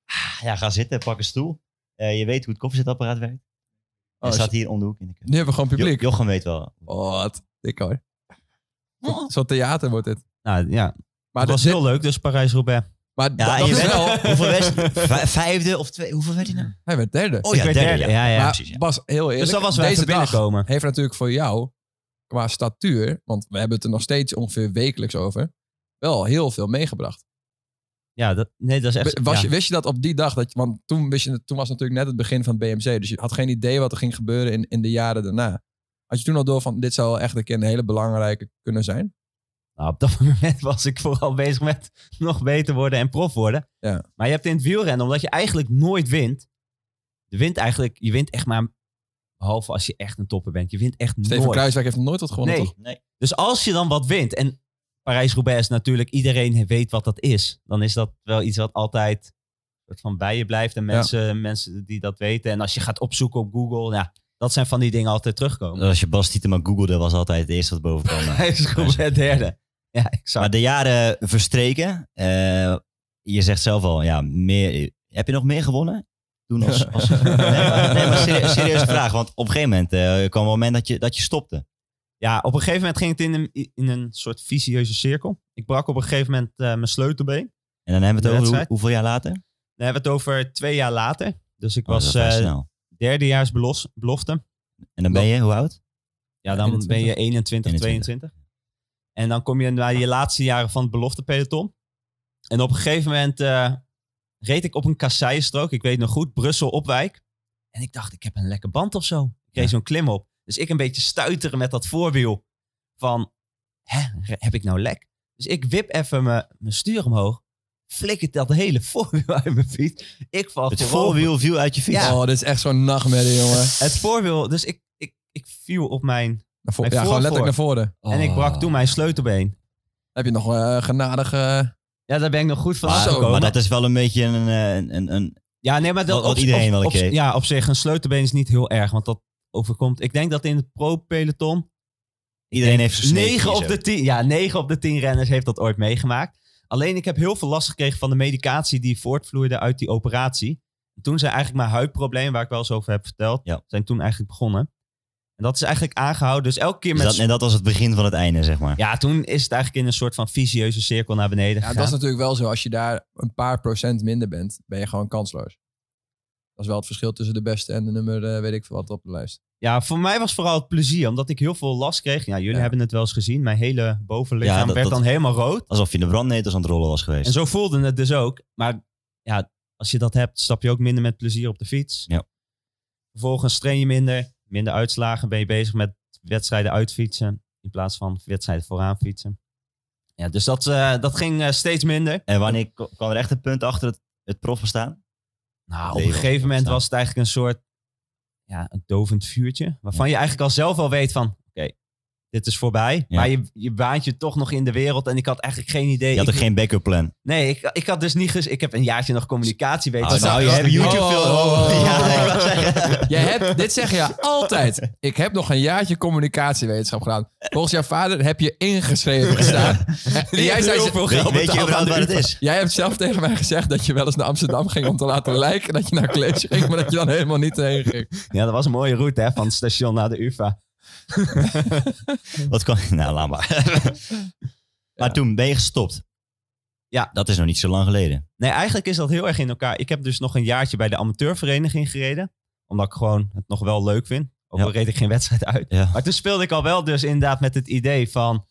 S3: Ah, Ja, ga zitten, pak een stoel. Eh, je weet hoe het koffiezetapparaat werkt.
S2: Oh,
S3: Hij staat hier om de hoek in de keuken.
S2: Nu hebben we gewoon publiek.
S3: Jo- Jochem weet wel.
S2: Oh, wat dik
S3: Oh.
S2: hoor. Zo'n theater wordt dit.
S1: nou, ja.
S2: Maar
S1: het was
S2: dit-
S1: heel leuk, dus Parijs-Roubaix.
S2: Maar
S3: Ja,
S2: dat,
S3: en
S2: dat
S3: je
S2: is
S3: werd
S2: wel...
S3: hoeveel werd Vij- Vijfde of twee? Hoeveel werd hij nou?
S2: Hij werd derde.
S3: Oh ja,
S1: werd
S3: derde.
S1: derde.
S3: Ja, ja,
S2: maar
S3: precies. ja.
S2: Bas, heel eerlijk,
S1: Dus dat was waar
S2: deze
S1: even
S2: dag
S1: binnenkomen.
S2: heeft natuurlijk voor jou, qua statuur, want we hebben het er nog steeds ongeveer wekelijks over, wel heel veel meegebracht.
S1: Ja, dat, nee, dat is echt...
S2: Was
S1: ja.
S2: je, wist je dat op die dag? Dat je, want toen, wist je, toen was natuurlijk net het begin van BMC. Dus je had geen idee wat er ging gebeuren in, in de jaren daarna. Had je toen al door van dit zou wel echt een keer een hele belangrijke kunnen zijn?
S1: Nou, op dat moment was ik vooral bezig met nog beter worden en prof worden.
S2: Ja.
S1: Maar je hebt in het wielrennen, omdat je eigenlijk nooit wint. Je wint eigenlijk, je wint echt maar, behalve als je echt een topper bent. Je wint echt
S2: Steven
S1: nooit.
S2: Kruiswijk heeft nog nooit wat gewonnen,
S1: Nee.
S2: toch?
S3: Nee.
S1: Dus als je dan wat wint, en Parijs-Roubaix is natuurlijk, iedereen weet wat dat is. Dan is dat wel iets wat altijd soort van bij je blijft. En mensen, mensen die dat weten. En als je gaat opzoeken op Google, ja, dat zijn van die dingen altijd terugkomen.
S3: Als je Bas Tietema googelde, was altijd het eerste wat boven kwam.
S1: Parijs-Roubaix derde. Ja,
S3: Maar
S1: exact.
S3: de jaren verstreken. eh, je zegt zelf al, ja, meer, heb je nog meer gewonnen? Toen als, als nee, maar, nee, maar serie- serieuze vraag. Want op een gegeven moment eh, kwam een moment dat je, dat je stopte.
S1: Ja, op een gegeven moment ging het in een, in een soort vicieuze cirkel. Ik brak op een gegeven moment eh, mijn sleutelbeen.
S3: En dan hebben we het over hoe-
S1: Wedstrijd?
S3: hoeveel jaar later?
S1: Dan hebben we het over twee jaar later. Dus ik
S3: Oh, dat
S1: was
S3: vrij
S1: eh,
S3: snel.
S1: derdejaars belos- belofte.
S3: En dan ben je, hoe oud?
S1: Ja, dan
S2: 21.
S1: ben je 21, 22. En dan kom je naar je laatste jaren van het beloftepeloton. En op een gegeven moment eh, reed ik op een kasseienstrook. Ik weet nog goed, Brussel-Opwijk. En ik dacht, ik heb een lekker band of zo. Ik reed
S3: Ja.
S1: zo'n klim op. Dus ik een beetje stuiteren met dat voorwiel. Van, hè, re- heb ik nou lek? Dus ik wip even mijn mijn stuur omhoog. Flikkert dat hele voorwiel uit mijn fiets. Ik val
S3: Het
S1: voorover.
S3: voorwiel viel uit je fiets.
S1: Ja.
S2: Oh, dit is echt zo'n nachtmerrie, jongen.
S1: Het voorwiel, dus ik, ik, ik viel op mijn...
S2: Naar vo-
S1: Hij
S2: ja,
S1: voor-
S2: gewoon letterlijk naar voren. Oh.
S1: En ik brak
S3: Oh.
S1: toen mijn sleutelbeen.
S2: Heb je nog eh, genadig... eh,
S1: Ja, daar ben ik nog goed van
S3: Maar,
S1: afgekomen.
S3: Ah, maar dat is wel een beetje een, eh, een, een, een
S1: ja, nee, maar dat,
S3: wat- wat iedereen wel
S1: op,
S3: kreeg.
S1: Ja, op zich, een sleutelbeen is niet heel erg, want dat overkomt. Ik denk dat in het pro-peloton
S3: iedereen heeft zijn sneetje
S1: 9 op
S3: zo. Dus
S1: de 10, ja, 9 op de 10 renners heeft dat ooit meegemaakt. Alleen ik heb heel veel last gekregen van de medicatie die voortvloeide uit die operatie. En toen zijn eigenlijk mijn huidproblemen, waar ik wel eens over heb verteld,
S3: Ja.
S1: zijn toen eigenlijk begonnen. En dat is eigenlijk aangehouden. Dus elke keer
S3: Dus
S1: met...
S3: dat, en dat was het begin van het einde, zeg maar.
S1: ja, toen is het eigenlijk in een soort van vicieuze cirkel naar beneden
S2: ja,
S1: gegaan.
S2: dat is natuurlijk wel zo. Als je daar een paar procent minder bent, ben je gewoon kansloos. Dat is wel het verschil tussen de beste en de nummer, eh, weet ik veel wat, op de lijst.
S1: Ja, voor mij was vooral het plezier, omdat ik heel veel last kreeg. Ja, jullie
S2: Ja.
S1: hebben het wel eens gezien. Mijn hele bovenlichaam
S3: Ja, dat-
S1: werd
S3: dat-
S1: dan helemaal rood.
S3: Alsof je in de brandnetels aan het rollen was geweest.
S1: En zo voelde het dus ook. Maar ja, als je dat hebt, stap je ook minder met plezier op de fiets.
S3: Ja.
S1: Vervolgens train je minder, minder uitslagen. Ben je bezig met wedstrijden uitfietsen in plaats van wedstrijden vooraan fietsen. Ja, dus dat, eh, dat ging eh, steeds minder.
S3: En wanneer k- kwam er echt een punt achter het, het profbestaan?
S1: Nou, op
S3: Nee,
S1: een
S3: joh,
S1: gegeven
S3: dat
S1: moment
S3: staat.
S1: was het eigenlijk een soort ja, een dovend vuurtje. Waarvan je eigenlijk al zelf al weet van, oké, dit is voorbij.
S3: Ja.
S1: Maar je, je baant je toch nog in de wereld. En ik had eigenlijk geen idee.
S3: Je had
S1: ik,
S3: er geen backup plan.
S1: Nee, ik, ik had dus niet... Ges, ik heb een jaartje nog communicatie weten.
S3: Oh,
S2: nou,
S3: je
S2: dat-
S3: hebt YouTube veel.
S2: Oh, oh, oh.
S3: Ja, ik wou zeggen.
S2: Jij hebt, dit zeg je altijd. Ik heb nog een jaartje communicatiewetenschap gedaan. Volgens jouw vader heb je ingeschreven gestaan. En jij, zei,
S3: Weet, weet je überhaupt waar het is?
S2: jij hebt zelf tegen mij gezegd dat je wel eens naar Amsterdam ging om te laten lijken dat je naar college ging, maar dat je dan helemaal niet heen ging.
S1: Ja, dat was een mooie route hè, van het station naar de UvA.
S3: Wat kan... Nou, laat maar. maar toen ben je gestopt.
S1: Ja.
S3: Dat is nog niet zo lang geleden.
S1: Nee, eigenlijk is dat heel erg in elkaar. Ik heb dus nog een jaartje bij de amateurvereniging gereden. Omdat ik gewoon het nog wel leuk vind. Ook
S3: Ja.
S1: al reed ik geen wedstrijd uit.
S3: Ja.
S1: Maar toen speelde ik al wel dus inderdaad met het idee van...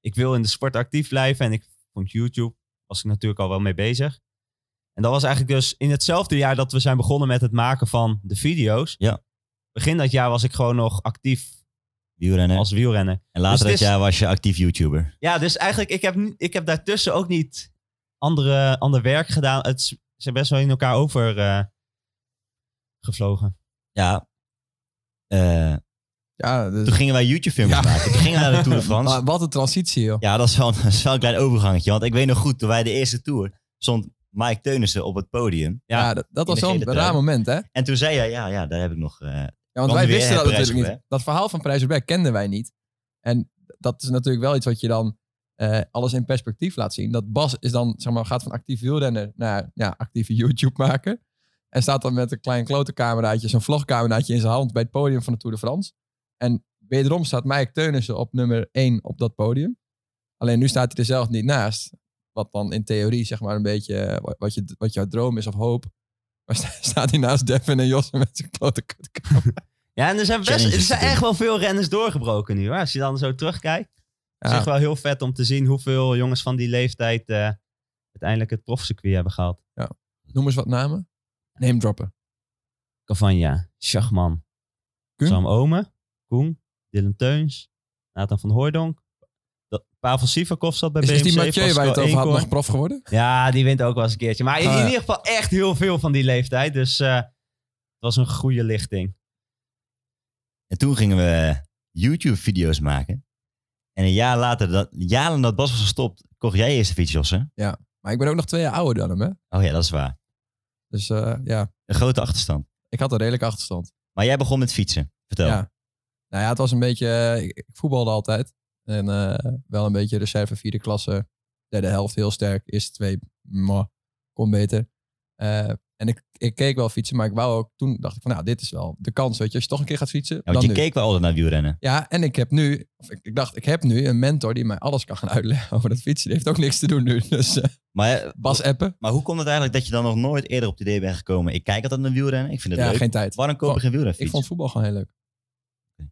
S1: ik wil in de sport actief blijven. En ik vond YouTube, was ik natuurlijk al wel mee bezig. En dat was eigenlijk dus in hetzelfde jaar dat we zijn begonnen met het maken van de video's.
S3: Ja.
S1: Begin dat jaar was ik gewoon nog actief
S3: Wielrennen.
S1: als wielrenner.
S3: en later
S1: dus
S3: dat
S1: het is-
S3: jaar was je actief YouTuber.
S1: Ja, dus eigenlijk, ik heb, ni- ik heb daartussen ook niet andere, ander werk gedaan. Het is- zijn best wel in elkaar over eh, gevlogen.
S3: Ja. Eh,
S2: Ja, dus-
S3: toen gingen wij YouTube-filmpjes
S2: Ja.
S3: maken. Toen gingen we naar de Tour de France.
S2: maar wat een transitie, joh.
S3: Ja, dat is, wel, dat is wel een klein overgangetje. Want ik weet nog goed, toen wij de eerste tour stond Mike Teunissen op het podium.
S2: Ja,
S1: Ja.
S2: dat, dat
S3: in
S2: was
S3: de
S2: wel een
S3: gele trui.
S2: raar moment, hè?
S3: En toen zei jij, ja, ja daar heb ik nog... eh,
S2: Ja, want
S3: Want
S2: wij
S3: weer
S2: wisten dat
S3: het
S2: natuurlijk niet.
S3: prijs,
S2: Dat verhaal van Prijs Roubaix kenden wij niet. En dat is natuurlijk wel iets wat je dan eh, alles in perspectief laat zien. Dat Bas is dan, zeg maar, gaat van actief wielrenner naar ja, actieve YouTube maken. En staat dan met een klein klote cameraatje, zo'n vlogcameraatje in zijn hand bij het podium van de Tour de France. En wederom staat Mike Teunissen op nummer 1 op dat podium. Alleen nu staat hij er zelf niet naast. wat dan in theorie zeg maar een beetje eh, wa- wat, je, wat jouw droom is of hoop. Maar sta- staat hij naast Devin en Jos met zijn klote kutkamer.
S1: Ja, en er zijn, best, er
S3: Challenges
S1: zijn
S3: te doen.
S1: echt wel veel renners doorgebroken nu. Hoor. Als je dan zo terugkijkt. Het is
S2: Ja.
S1: echt wel heel vet om te zien hoeveel jongens van die leeftijd eh, uiteindelijk het profcircuit hebben gehaald.
S2: Noem eens wat namen. Name droppen.
S1: Cavagna, Schachman,
S2: Koen?
S1: Sam Omen, Koen, Dylan Teuns, Nathan van Hooijdonk. Dat- Pavel Sivakov zat bij
S2: Is, is
S1: BMC.
S2: die Mathieu waar je het
S1: Pascal
S2: over had
S1: Eenkorn.
S2: nog prof geworden?
S1: Ja, die wint ook wel eens een keertje. Maar in,
S2: Ah, ja.
S1: in ieder geval echt heel veel van die leeftijd. Dus eh, het was een goede lichting.
S3: En toen gingen we YouTube-video's maken. En een jaar later, dat, jaren dat Bas was gestopt, kocht jij eerst de fiets, Josse.
S2: Maar ik ben ook nog twee jaar ouder dan hem, hè?
S3: Oh ja, dat is waar.
S2: Dus eh, ja,
S3: Een grote achterstand.
S2: ik had een redelijke achterstand.
S3: Maar jij begon met fietsen. Vertel.
S2: Ja. Nou ja, het was een beetje... eh, Ik, ik voetbalde altijd. En eh, wel een beetje reserve vierde klasse. Derde helft heel sterk. Eerste twee, mwah, kon beter. Eh, en ik, ik keek wel fietsen, maar ik wou ook... Toen dacht ik van, nou, dit is wel de kans, weet je. Als je toch een keer gaat fietsen,
S3: Ja,
S2: dan
S3: want je
S2: nu.
S3: keek wel altijd naar wielrennen.
S2: Ja, en ik heb nu... Of ik, ik dacht, ik heb nu een mentor die mij alles kan gaan uitleggen over dat fietsen. Die heeft ook niks te doen nu. Dus eh,
S3: Maar, eh,
S2: Bas appen.
S3: maar hoe komt het eigenlijk dat je dan nog nooit eerder op het idee bent gekomen? Ik kijk altijd naar wielrennen. Ik vind het
S2: Ja,
S3: leuk.
S2: geen tijd.
S3: Waarom koop ik geen wielrenfiets?
S2: Ik vond voetbal gewoon heel leuk.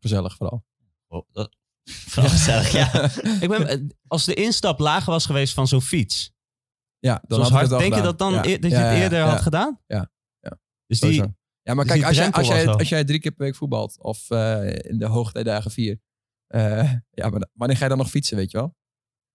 S2: Gezellig vooral.
S3: Oh, dat... Vooral gezellig, ja.
S1: Ik ben, eh, als de instap lager was geweest van zo'n fiets,
S2: ja, dan
S1: zoals
S2: had ik
S1: hard,
S2: het wel
S1: denk je
S2: gedaan.
S1: dat, dan
S2: Ja.
S1: eer- dat je
S2: Ja,
S1: het
S2: ja,
S1: eerder
S2: ja,
S1: had gedaan?
S2: Ja, ja.
S1: Dus die,
S2: sowieso. Ja, maar
S1: dus
S2: kijk,
S1: die
S2: als jij,
S1: drempel
S2: als, jij,
S1: was wel.
S2: als jij drie keer per week voetbalt, of eh, in de hoogtijdagen vier, eh, ja, maar dan- wanneer ga je dan nog fietsen, weet je wel?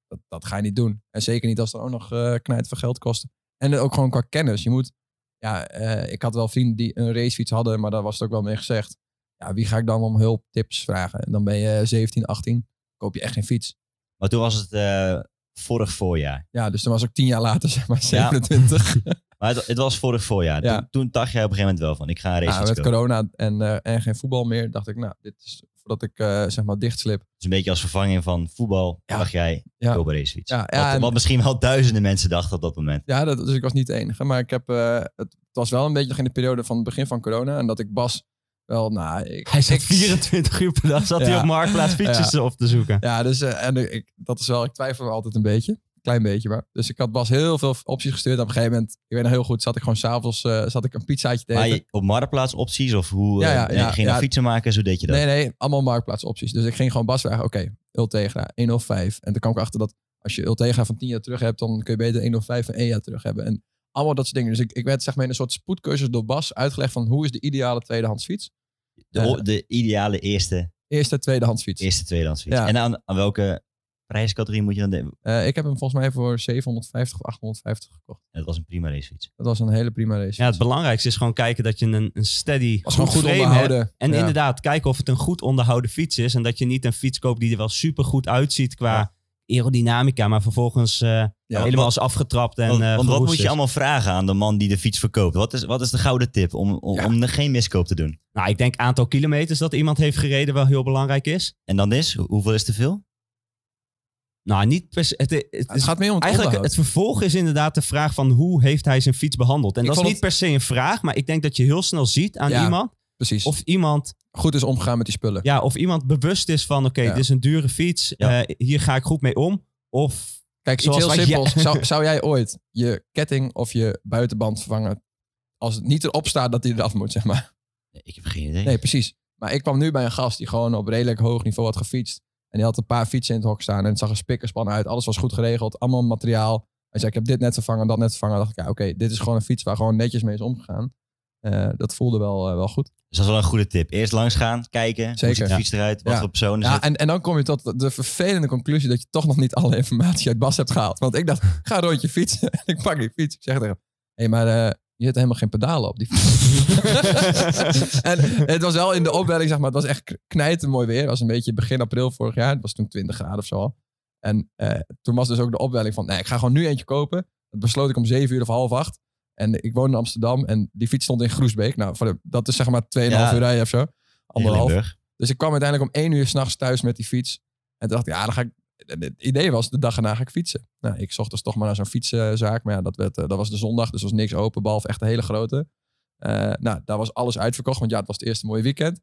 S2: Dat, dat ga je niet doen. En zeker niet als het dan ook nog eh knijt van geld kost. En ook gewoon qua kennis. Je moet, ja, eh, ik had wel vrienden die een racefiets hadden, maar daar was het ook wel mee gezegd. Ja, wie ga ik dan om hulp, tips vragen? En dan ben je 17, 18, koop je echt geen fiets.
S3: Maar toen was het eh, vorig voorjaar.
S2: Ja, dus dan was ik tien jaar later, zeg maar,
S3: Ja.
S2: 27.
S3: Maar het, het was vorig voorjaar.
S2: Ja.
S3: Toen, toen dacht jij op een gegeven moment wel van, ik ga een race
S2: Ja, Nou, met corona en, eh, en geen voetbal meer, dacht ik, nou, dit is voordat ik eh, zeg maar dichtslip.
S3: Dus een beetje als vervanging van voetbal
S2: Ja.
S3: dacht jij,
S2: Ja.
S3: Kobe Racefiets.
S2: Ja, ja,
S3: wat,
S2: en-
S3: wat misschien wel duizenden mensen dachten op dat moment.
S2: Ja, dat, dus ik was niet de enige. Maar ik heb, eh, het, het was wel een beetje nog in de periode van het begin van corona. En dat ik Bas wel, nou, ik,
S1: hij zat
S2: ik-
S1: 24 uur per dag zat hij
S2: Ja.
S1: op Marktplaats fietsjes op te zoeken.
S2: Ja, dus eh, en ik, dat is wel, ik twijfel wel altijd een beetje. Klein beetje, maar. Dus ik had Bas heel veel opties gestuurd. Op een gegeven moment, ik weet nog heel goed, zat ik gewoon s'avonds eh zat ik een pizzaatje te
S1: Ah,
S3: Maar
S2: eten.
S3: je- op marktplaats opties of hoe
S2: Ja,
S3: eh,
S2: ja,
S3: nee,
S2: ja,
S3: ging je
S2: ja.
S3: fietsen maken, zo deed je dat.
S2: Nee, nee, allemaal marktplaatsopties. Dus ik ging gewoon Bas vragen, oké, Ultegra, 105. En toen kwam ik achter dat als je Ultegra van 10 jaar terug hebt, dan kun je beter 105 en 1 jaar terug hebben. En allemaal dat soort dingen. Dus ik, ik werd zeg maar in een soort spoedcursus door Bas uitgelegd van hoe is de ideale tweedehands fiets.
S3: de,
S2: eh.
S3: o- de ideale eerste,
S2: Eerste tweedehands fiets.
S3: eerste tweedehands fiets.
S2: Ja.
S3: En aan, aan welke prijscategorie moet je dan denken?
S2: Eh, ik heb hem volgens mij voor 750 of 850 gekocht.
S3: Het was een prima racefiets.
S2: Dat was een hele prima race.
S1: Ja, het belangrijkste is gewoon kijken dat je een, een steady,
S2: was gewoon goed
S1: frame hebt.
S2: onderhouden.
S1: En
S2: Ja.
S1: inderdaad, kijken of het een goed onderhouden fiets is. En dat je niet een fiets koopt die er wel super goed uitziet qua
S2: Ja.
S1: aerodynamica, maar vervolgens eh, helemaal
S3: wat-
S1: is afgetrapt en
S3: want
S1: eh,
S3: want wat
S1: geroest
S3: moet je
S1: is.
S3: allemaal vragen aan de man die de fiets verkoopt? Wat is, wat is de gouden tip om, om,
S2: Ja.
S3: om er geen miskoop te doen?
S1: Nou, ik denk aantal kilometers dat iemand heeft gereden wel heel belangrijk is.
S3: En dan is, hoe- hoeveel is te veel?
S1: Nou, niet per se- het, het,
S2: Het
S1: is-
S2: gaat meer om het
S1: Eigenlijk
S2: onderhoud.
S1: het vervolg is inderdaad de vraag van hoe heeft hij zijn fiets behandeld. En
S2: Ik
S1: dat is
S2: vond
S1: niet per se een vraag, maar ik denk dat je heel snel ziet aan
S2: Ja.
S1: iemand
S2: Precies.
S1: of iemand,
S2: goed is omgegaan met die spullen.
S1: ja, of iemand bewust is van oké,
S2: Ja.
S1: dit is een dure fiets,
S3: Ja.
S1: eh, hier ga ik goed mee om. Of
S2: Kijk, iets
S1: Zoals
S2: heel
S1: wij-
S2: simpels.
S1: Ja.
S2: Zou, zou jij ooit je ketting of je buitenband vervangen als het niet erop staat dat die eraf moet, zeg maar?
S3: Nee, Ik heb geen idee.
S2: Nee, precies. Maar ik kwam nu bij een gast die gewoon op redelijk hoog niveau had gefietst. En die had een paar fietsen in het hok staan en het zag er spikkerspan uit. Alles was goed geregeld, allemaal materiaal. Hij zei, ik heb dit net vervangen, dat net vervangen. Dan dacht ik, ja, oké, dit is gewoon een fiets waar gewoon netjes mee is omgegaan. Eh, dat voelde wel, eh, wel goed.
S3: Dus dat is wel een goede tip. Eerst langs gaan, kijken, hoe ziet
S2: Zeker.
S3: de fiets eruit, wat
S2: Ja.
S3: voor personen
S2: Ja,
S3: zitten.
S2: en, en dan kom je tot de vervelende conclusie dat je toch nog niet alle informatie uit Bas hebt gehaald. Want ik dacht, ik ga een rondje fietsen. En ik pak die fiets. Ik zeg tegen hem, hé, maar eh, je hebt helemaal geen pedalen op die fiets. en het was wel in de opwelling, zeg maar, het was echt knijten mooi weer. Het was een beetje begin april vorig jaar. Het was toen 20 graden of zo al. En eh, toen was dus ook de opwelling van, nee, ik ga gewoon nu eentje kopen. Dat besloot ik om 7 uur of half acht. En ik woon in Amsterdam en die fiets stond in Groesbeek. Nou, voor de- dat is zeg maar 2,5
S3: Ja.
S2: uur rijden of zo.
S3: In
S2: Anderhalf.
S3: Limburg.
S2: Dus ik kwam uiteindelijk om één uur s'nachts thuis met die fiets. En toen dacht ik, ja, dan ga ik... Het idee was, de dag erna ga ik fietsen. Nou, ik zocht dus toch maar naar zo'n fietsenzaak. Maar ja, dat, werd, eh, dat was de zondag, dus er was niks open, behalve echt de hele grote. Eh, nou, daar was alles uitverkocht, want ja, het was het eerste mooie weekend.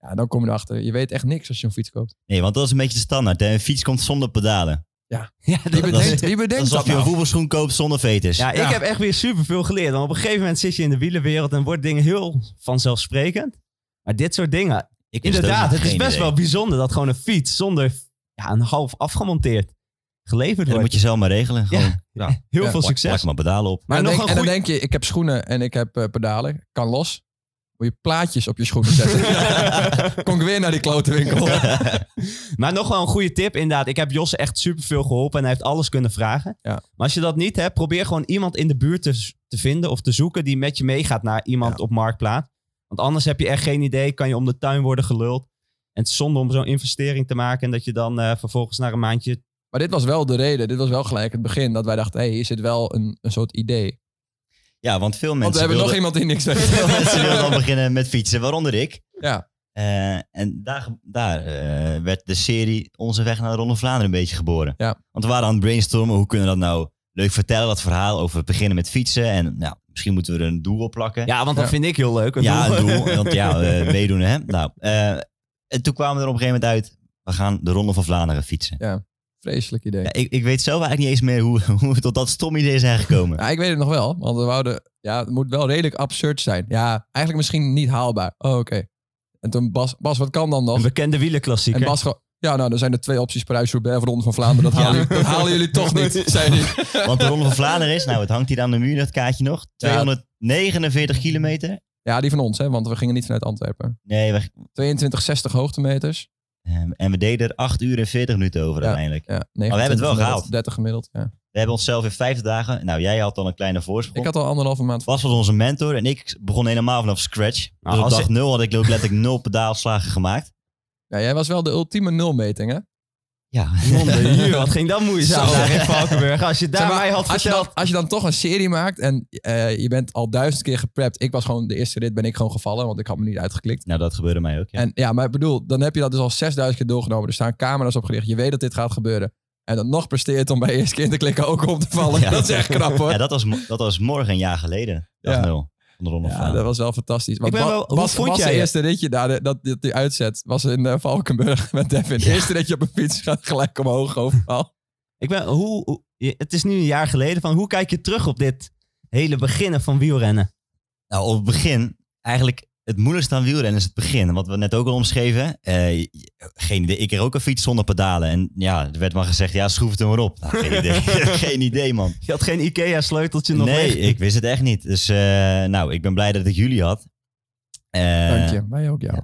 S2: Ja, en dan kom je erachter, je weet echt niks als je een fiets koopt.
S3: Nee, want dat is een beetje de standaard. Hè? Een fiets komt zonder pedalen.
S1: Ja,
S2: Wie
S1: dat,
S3: dat is-
S2: bedenkt, wie bedenkt
S3: Alsof
S2: dat
S3: je een
S2: nou?
S3: voetbalschoen koopt zonder veters.
S1: ja, ik
S2: Ja.
S1: heb echt weer superveel geleerd. Want op een gegeven moment zit je in de wielenwereld en wordt dingen heel vanzelfsprekend. Maar dit soort dingen,
S3: ik wist ook
S1: inderdaad, het is
S3: geen
S1: best
S3: idee.
S1: wel bijzonder dat gewoon een fiets zonder ja, een half afgemonteerd geleverd
S3: Ja, dat
S1: wordt.
S3: moet je zelf maar regelen.
S1: Ja.
S3: Gewoon
S1: Heel
S2: Ja,
S1: veel
S3: plak-
S1: succes.
S3: Plak maar pedalen op.
S1: Maar
S2: en, dan
S1: nog een
S2: denk, en dan
S1: goeie-
S2: denk je, ik heb schoenen en ik heb eh, pedalen. Kan los. Moet je plaatjes op je schoenen zetten. Kom ik weer naar die klote winkel.
S1: Maar nog wel een goede tip, inderdaad. Ik heb Jos echt superveel geholpen en hij heeft alles kunnen vragen.
S2: Ja.
S1: Maar als je dat niet hebt, probeer gewoon iemand in de buurt te, z- te vinden of te zoeken die met je meegaat naar iemand
S2: Ja.
S1: op Marktplaats. Want anders heb je echt geen idee, kan je om de tuin worden geluld. En het is zonde om zo'n investering te maken en dat je dan eh, vervolgens na een maandje...
S2: Maar dit was wel de reden. Dit was wel gelijk het begin. Dat wij dachten, hé, hey, hier zit wel een, een soort idee.
S3: Ja, want veel
S2: Want we
S3: mensen
S2: hebben nog
S3: wilden,
S2: iemand die niks heeft.
S3: veel mensen wilden al beginnen met fietsen, waaronder ik.
S2: Ja.
S3: Eh, en daar, daar eh, werd de serie Onze Weg naar de Ronde van Vlaanderen een beetje geboren.
S2: Ja.
S3: Want we waren aan het brainstormen, hoe kunnen we dat nou leuk vertellen, dat verhaal over het beginnen met fietsen. En nou, misschien moeten we er een doel op plakken.
S1: Ja, want dat
S2: Ja.
S1: vind ik heel leuk. een
S3: Ja,
S1: doel.
S3: een doel. Want ja, eh, meedoen hè. Nou, eh, en toen kwamen we er op een gegeven moment uit, we gaan de Ronde van Vlaanderen fietsen.
S2: Vreselijk idee.
S3: Ja, ik, ik weet zelf eigenlijk niet eens meer hoe, hoe we tot dat stom idee zijn gekomen.
S2: Ja, ik weet het nog wel. Want we wouden... Ja, het moet wel redelijk absurd zijn. Ja, eigenlijk misschien niet haalbaar. Oh, oké. En toen Bas, Bas, wat kan dan nog?
S1: Een bekende
S2: En
S1: wielerklassieker.
S2: Bas gewoon... Ja, nou, er zijn er twee opties. Parijs-Roubaix voor de Ronde van Vlaanderen. Dat halen, dat halen jullie toch niet, zei hij.
S3: Want de Ronde van Vlaanderen is, nou het hangt hier aan de muur, dat kaartje nog, 249 kilometer.
S2: Ja, die van ons, hè, want we gingen niet vanuit Antwerpen.
S3: Nee, we,
S2: 2260 hoogtemeters.
S3: ehm, en we deden er 8 uur en 40 minuten over
S2: Ja.
S3: uiteindelijk.
S2: Ja,
S3: Oh, hebben het wel
S2: 29
S3: gehaald.
S2: 30 gemiddeld, ja.
S3: We hebben onszelf in 50 dagen, nou jij had al een kleine voorsprong.
S2: Ik had al anderhalve maand
S3: Bas was onze mentor en ik begon helemaal vanaf scratch.
S1: Nou,
S3: dus op
S1: als
S3: dag
S1: ik-
S3: 0 had ik ook letterlijk nul pedaalslagen gemaakt.
S2: Ja, jij was wel de ultieme nulmeting, hè?
S3: Ja,
S1: Jonde, hier, wat ging dat moeizaam
S2: Zo.
S1: daar in Valkenburg. Als je daar
S2: Zeg maar,
S1: mij had
S2: als, je dan,
S1: verteld...
S2: als je dan toch een serie maakt en eh, je bent al duizend keer geprept. Ik was gewoon de eerste rit, ben ik gewoon gevallen, want ik had me niet uitgeklikt.
S3: nou dat gebeurde mij ook. Ja.
S2: En ja, maar ik bedoel, dan heb je dat dus al 6000 keer doorgenomen. Er staan camera's opgericht. Je weet dat dit gaat gebeuren. En dan nog presteert om bij eerste keer te klikken ook om te vallen.
S3: Ja.
S2: Dat is echt knap hoor.
S3: Ja, dat was, mo- dat was morgen een jaar geleden, dag
S2: Ja.
S3: 0 van de Ronde van
S2: Ja,
S3: Vlaanderen.
S2: dat was wel fantastisch. Want
S1: Ik ben
S2: Ba-
S1: wel- hoe
S2: Bas,
S1: vond
S2: Bas
S1: jij
S2: zijn
S1: het?
S2: eerste ritje daar, de- dat, dat die uitzet, was in eh, Valkenburg met Devin. Het eerste ritje op een fiets gaat gelijk omhoog overal.
S1: Ik ben, hoe, hoe- je- het is nu een jaar geleden. Van hoe kijk je terug op dit hele beginnen van wielrennen?
S3: Nou, op het begin, eigenlijk het moeilijkste aan wielrennen is het begin. Wat we net ook al omschreven. Eh, geen idee. Ik kreeg ook een fiets zonder pedalen. En ja, er werd maar gezegd, ja, schroef het er maar op. Nou, geen idee. geen idee, man.
S1: Je had geen IKEA-sleuteltje nog
S3: nee,
S1: liggen.
S3: ik wist het echt niet. Dus eh, nou, ik ben blij dat ik jullie had. Eh,
S2: Dank je, wij ook jou.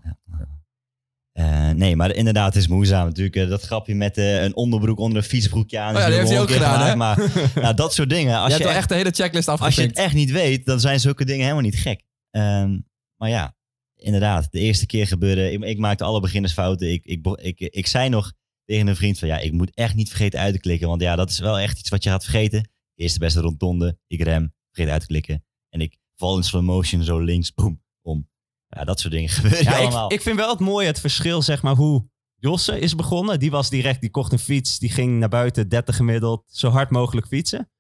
S3: eh, nee, maar inderdaad, het is moeizaam natuurlijk. eh, dat grapje met eh, een onderbroek onder een fietsbroekje aan.
S2: Oh ja,
S3: is
S2: dat
S3: nu
S2: heeft hij
S3: al
S2: ook
S3: een keer gemaakt, Maar nou, dat soort dingen. Als
S2: je
S3: je,
S2: hebt wel
S3: echt-
S2: echt de hele checklist
S3: als je het
S2: afgevinkt.
S3: echt niet weet, dan zijn zulke dingen helemaal niet gek. Ehm, maar ja, inderdaad. De eerste keer gebeurde... Ik, ik maakte alle beginnersfouten. Ik, ik, bo- ik, ik zei nog tegen een vriend van... Ja, ik moet echt niet vergeten uit te klikken. Want ja, dat is wel echt iets wat je gaat vergeten. Eerst de beste rondonde. Ik rem. Vergeet uit te klikken. En ik val in slow motion zo links. Boom, om. Ja, dat soort dingen gebeuren
S1: ja,
S3: allemaal.
S1: ik, ik vind wel het mooie, het verschil, zeg maar, hoe Josse is begonnen. Die was direct, die kocht een fiets, die ging naar buiten, 30 gemiddeld, zo hard mogelijk fietsen.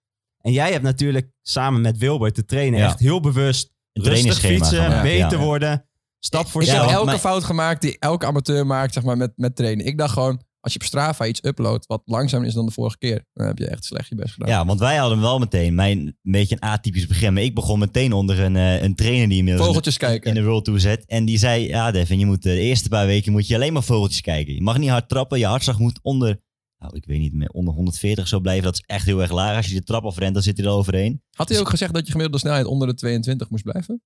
S1: En jij hebt natuurlijk samen met Wilbert te trainen,
S3: Ja.
S1: echt heel bewust rustig
S3: Een trainingsschema
S1: fietsen,
S3: gemaakt, ja.
S1: beter worden, stap voor
S2: ik
S1: stap.
S2: heb
S3: want
S2: elke
S3: mijn-
S2: fout gemaakt die elke amateur maakt zeg maar, met, met trainen. Ik dacht gewoon, als je op Strava iets uploadt wat langzamer is dan de vorige keer, dan heb je echt slecht je best gedaan.
S3: Ja, want wij hadden wel meteen mijn een beetje een atypisch begin. Maar ik begon meteen onder een, eh, een trainer die inmiddels...
S2: Vogeltjes kijken.
S3: in de World Tour zet. En die zei, ja Devin, je moet eh, de eerste paar weken moet je alleen maar vogeltjes kijken. Je mag niet hard trappen. Je hartslag moet onder, nou ik weet niet, meer, onder 140 zo blijven. Dat is echt heel erg laag. Als je de trap afrent, dan zit hij er overheen.
S2: Had hij ook gezegd dat je gemiddelde snelheid onder de 22 moest blijven?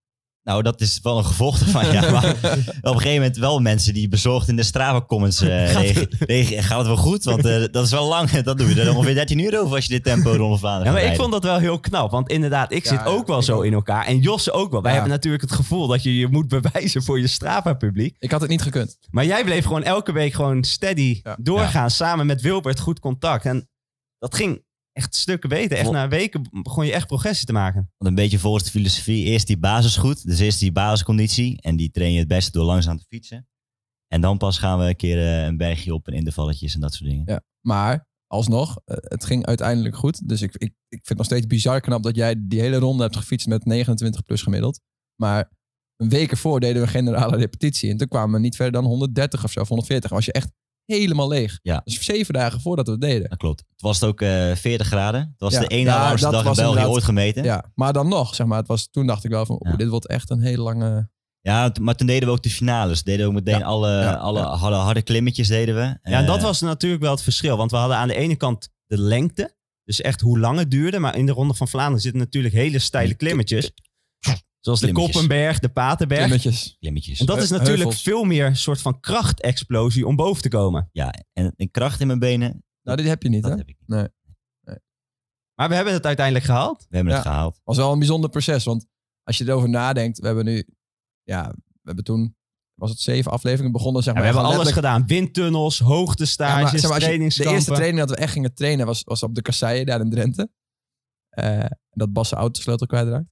S3: Nou, dat is wel een gevolg ervan, ja. Maar op een gegeven moment wel mensen die bezorgd in de Strava-comments eh
S1: Gaat-
S3: rege- rege- Gaat het wel goed? Want eh, dat is wel lang. Dat doe je er ongeveer 13 uur over als je dit tempo rond
S1: Ja,
S3: Vlaanderen
S1: maar
S3: gaat
S1: ik
S3: rijden.
S1: vond dat wel heel knap. Want inderdaad, ik
S2: Ja,
S1: zit ook
S2: ja,
S1: wel
S2: ik
S1: zo
S2: ook.
S1: in elkaar. En Josse ook wel. Wij
S2: Ja.
S1: hebben natuurlijk het gevoel dat je je moet bewijzen voor je Strava-publiek.
S2: Ik had het niet gekund.
S1: Maar jij bleef gewoon elke week gewoon steady
S2: Ja.
S1: doorgaan. Samen met Wilbert goed contact. En dat ging echt stukken beter. Echt
S3: Vol-
S1: na weken begon je echt progressie te maken.
S3: Want een beetje volgens de filosofie, eerst die basis goed. Dus eerst die basisconditie. En die train je het beste door langzaam te fietsen. En dan pas gaan we een keer eh, een bergje op en intervalletjes en dat soort dingen.
S2: Maar alsnog, eh, het ging uiteindelijk goed. Dus ik, ik, ik vind het nog steeds bizar knap dat jij die hele ronde hebt gefietst met 29 plus gemiddeld. Maar een week ervoor deden we een generale repetitie. En toen kwamen we niet verder dan 130 of zo, of 140. Als je echt helemaal leeg.
S3: Ja.
S2: Dus zeven dagen voordat we het deden.
S3: Dat klopt. Het was ook eh 40 graden. Het was
S2: Ja.
S3: de ene
S2: Ja,
S3: warmste
S2: dat
S3: dag in
S2: was
S3: België
S2: inderdaad-
S3: ooit gemeten. Ja.
S2: Ja, maar dan nog, zeg maar, het was, toen dacht ik wel van, oeh,
S3: Ja.
S2: dit wordt echt een hele lange...
S3: t- maar toen deden we ook de finales. Deden we ook meteen
S2: Ja.
S3: alle,
S2: Ja.
S3: alle
S2: Ja.
S3: Harde, harde klimmetjes deden we.
S1: Ja, en
S3: Eh,
S1: dat was natuurlijk wel het verschil. Want we hadden aan de ene kant de lengte. Dus echt hoe lang het duurde. Maar in de Ronde van Vlaanderen zitten natuurlijk hele steile klimmetjes. Zoals de
S3: Klimmetjes.
S1: Koppenberg, de Paterberg.
S2: Klimmetjes.
S3: klimmetjes.
S1: En dat is natuurlijk
S2: Heuvels.
S1: veel meer een soort van krachtexplosie om boven te komen.
S3: Ja, en een kracht in mijn benen,
S2: Nou, dit heb je niet,
S3: dat
S2: hè?
S3: heb ik niet.
S1: Maar we hebben het uiteindelijk gehaald.
S3: We hebben het
S2: Ja.
S3: gehaald.
S2: was wel een bijzonder proces. Want als je erover nadenkt, we hebben nu, ja, we hebben toen, was het zeven afleveringen begonnen, zeg
S1: Ja,
S2: maar.
S1: we hebben
S2: echt
S1: alles
S2: letterlijk-
S1: gedaan. Windtunnels,
S2: Ja,
S1: hoogtestages,
S2: maar, zeg maar, als je- de
S1: trainingskampen.
S2: eerste training dat we echt gingen trainen was, was op de kasseien daar in Drenthe. Eh, dat Bas zijn autosleutel kwijtraakt.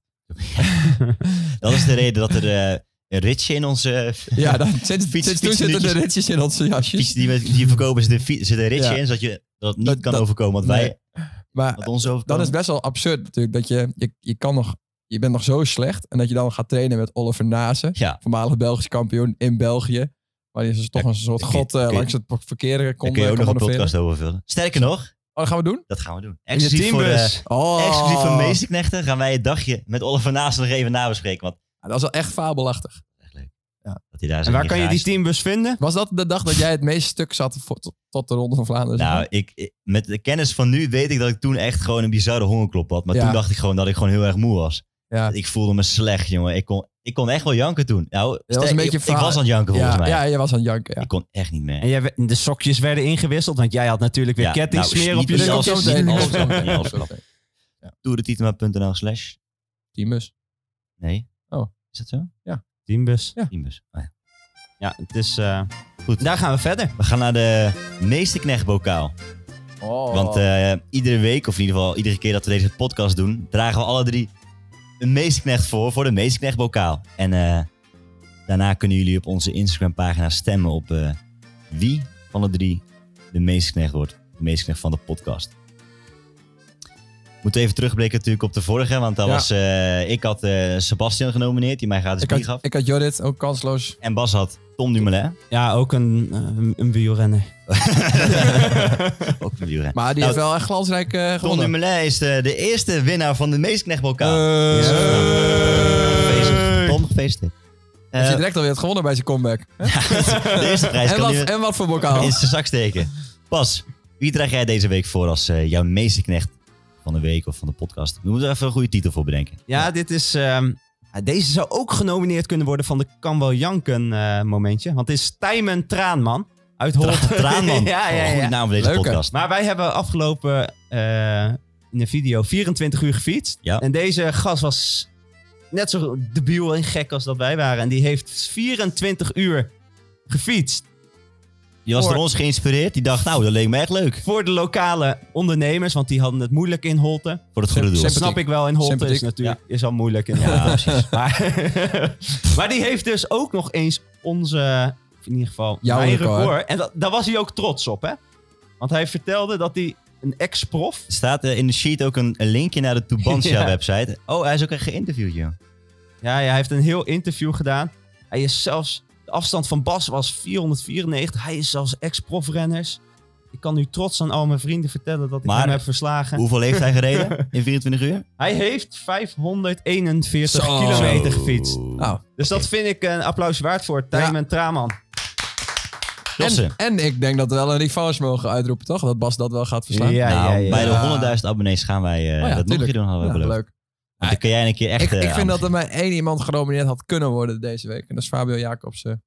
S3: Dat is de reden dat er eh, een ritje in onze
S2: Ja, dan, sinds,
S3: Fiets-
S2: sinds toen zitten de
S3: fietsnuutjes.
S2: ritjes in onze
S3: fiets
S2: jasjes.
S3: die we hier verkopen zit een, fi- zit een ritje
S2: Ja.
S3: in, zodat je dat niet
S2: Dat-
S3: kan
S2: dat-
S3: overkomen. Want wij,
S2: nee. Maar
S3: wat ons overkomt.
S2: dan is het best wel absurd natuurlijk dat je, je, je kan nog, je bent nog zo slecht. En dat je dan gaat trainen met Oliver Nase,
S3: Ja.
S2: voormalig Belgisch kampioen in België. Waarin ze toch een soort
S3: kun je-
S2: god eh,
S3: kun je-
S2: langs het verkeer
S3: Daar
S2: kon
S3: kun je ook nog een
S2: manoeuvreren.
S3: podcast over vullen. Sterker nog,
S2: Oh, dat gaan we doen?
S3: dat gaan we doen.
S1: In de
S3: Exclusief voor, eh,
S1: teambus.
S2: Oh.
S3: exclusief voor Meesterknechten gaan wij het dagje met Oliver Naast nog even nabespreken. Want
S2: Ja, Dat is wel echt fabelachtig.
S3: dat hij daar zo
S1: En waar
S3: in
S1: kan je die
S3: gehaast-
S1: teambus vinden?
S2: Was dat de dag dat jij het meest stuk zat voor, tot, tot de Ronde van Vlaanderen? zeg
S3: Nou,
S2: maar?
S3: ik, ik- met de kennis van nu weet ik dat ik toen echt gewoon een bizarre hongerklop had. Maar
S2: Ja.
S3: toen dacht ik gewoon dat ik gewoon heel erg moe was.
S2: Ja.
S3: Ik voelde me slecht, jongen. Ik kon, ik kon echt wel janken toen. Nou,
S2: was een
S3: sterk,
S2: beetje
S3: ik, ik
S2: verhaal-
S3: was aan het janken volgens
S2: ja,
S3: mij.
S2: ja, je was aan het janken. Ja.
S3: Ik kon echt niet meer.
S1: En jij, we- de sokjes werden ingewisseld, want jij had natuurlijk weer
S3: Ja,
S1: kettingsmeer
S3: nou,
S1: op je
S3: niet
S2: Dus
S3: alles-
S2: dat
S1: sokjes.
S2: zo meteen-
S3: alles-
S2: alles zo meteen,
S3: alles-
S2: alles zo meteen.
S3: Toeretitema.nl slash.
S2: Teamus.
S3: Nee.
S2: Oh.
S3: Is dat zo?
S1: Teambus.
S3: Imbus. Oh, ja.
S1: Ja, het is... eh,
S3: Goed.
S1: Daar gaan we verder.
S3: We gaan naar de meesterknechtbokaal.
S2: Oh.
S3: Want eh, iedere week, of in ieder geval iedere keer dat we deze podcast doen, dragen we alle drie een meesterknecht voor, voor de meesterknechtbokaal. En eh, daarna kunnen jullie op onze Instagram-pagina stemmen op eh, wie van de drie de meesterknecht wordt. De meesterknecht van de podcast. Moeten even terugblikken natuurlijk op de vorige, want dat
S2: Ja.
S3: was, eh, ik had eh, Sebastian genomineerd, die mij gratis
S2: ik,
S3: bier gaf.
S2: had, ik had Jorrit ook kansloos.
S3: En Bas had Tom Dumoulin.
S1: Ja, ook een, eh, een, een wielrenner.
S3: Ook een wielrenner.
S2: Maar die
S3: Nou,
S2: heeft wel echt glansrijk eh,
S3: Ton
S2: gewonnen.
S3: Dumoulin is de, eh, de eerste winnaar van de Meesknechtbokaal.
S2: Eh,
S3: Ja.
S2: Gefeliciteerd.
S1: eh,
S3: Gefeliciteerd. Tom, gefeliciteerd. Eh,
S2: Heeft hij direct alweer het gewonnen bij zijn comeback.
S3: de eerste prijs
S2: En
S3: kan
S2: wat,
S3: nu
S2: en wat voor bokaal.
S3: in zijn zak steken. Pas, wie draag jij deze week voor als eh, jouw meesterknecht van de week of van de podcast? We moeten er even een goede titel voor bedenken.
S1: Ja, dit is... ehm, ja, deze zou ook genomineerd kunnen worden van de Kan wel janken eh, momentje. Want het is Tijmen Traanman uit Holland.
S3: Tra Traanman. Oh,
S1: ja, ja,
S3: Goede
S1: ja.
S3: naam voor deze
S2: Leuke.
S3: podcast.
S1: Maar wij hebben afgelopen eh, in een video 24 uur gefietst.
S3: Ja.
S1: En deze gast was net zo debiel en gek als dat wij waren. En die heeft 24 uur gefietst
S3: Die was
S1: Voor-
S3: door ons geïnspireerd. Die dacht, nou, dat leek me echt leuk.
S1: voor de lokale ondernemers. Want die hadden het moeilijk in Holte.
S3: Voor het goede
S2: Sim- sim-
S3: doel.
S2: Sympathiek.
S1: Snap ik wel, in Holte
S2: Sympathiek,
S1: is natuurlijk is al moeilijk in Holte.
S3: Ja, precies.
S1: Maar, maar die heeft dus ook nog eens onze, of in ieder geval
S2: Jouw
S1: mijn
S2: record.
S1: record. En dat, daar was hij ook trots op, hè? Want hij vertelde dat hij een ex-prof...
S3: Er staat eh, in de sheet ook een, een linkje naar de Tubantia
S1: Ja.
S3: website. Oh, hij is ook echt geïnterviewd, joh.
S1: Ja, ja, hij heeft een heel interview gedaan. Hij is zelfs... De afstand van Bas was 494. Hij is zelfs ex-profrenners. Ik kan nu trots aan al mijn vrienden vertellen dat ik
S3: Maar-
S1: hem heb verslagen.
S3: Hoeveel heeft hij gereden in 24 uur?
S1: Hij heeft 541
S2: Zo.
S1: kilometer gefietst.
S3: Oh.
S2: Nou,
S1: Dus dat vind ik een applaus waard voor Tijmen Traman.
S3: Klasse.
S2: en, en ik denk dat we wel een revanche mogen uitroepen, toch? Dat Bas dat wel gaat verslaan.
S3: nou, bij
S2: Ja.
S3: de 100.000 abonnees gaan wij eh,
S2: Oh ja,
S3: dat nog een
S2: tuurlijk.
S3: keer doen, hadden we
S2: Ja,
S3: beloofd.
S2: leuk.
S3: Want dan kun jij een keer echt...
S2: Ik,
S3: eh,
S2: ik vind dat
S3: aanbevelen.
S2: er maar één iemand genomineerd had kunnen worden deze week. En dat is Fabio Jacobsen.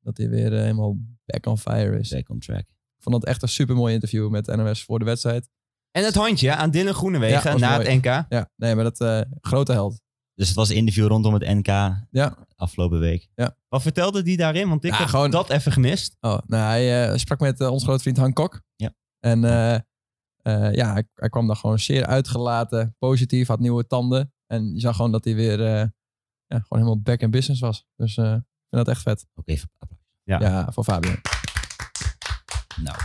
S2: Dat hij weer eh, helemaal back on fire is.
S3: Second track.
S2: Ik vond dat echt een super mooi interview met de NOS voor de wedstrijd.
S1: En het handje aan Dylan
S2: Ja,
S1: Groenewegen
S2: was
S1: na
S2: mooi.
S1: het NK.
S2: Ja, nee, maar dat eh, grote held.
S3: Dus het was een interview rondom het NK
S2: Ja.
S3: afgelopen week.
S1: Wat vertelde die daarin? Want ik
S3: Nou,
S2: Ja,
S1: heb
S2: gewoon-
S1: dat even gemist.
S2: Oh, nou, hij eh, sprak met eh, ons grote vriend Han Kok.
S3: Ja.
S2: En eh, eh, ja, hij, hij kwam daar gewoon zeer uitgelaten, positief, had nieuwe tanden. En je zag gewoon dat hij weer eh, ja, gewoon helemaal back in business was. Dus eh, ik vind dat echt vet.
S3: Ook even applaus.
S1: Ja.
S2: Ja, voor Fabio.
S3: Nou,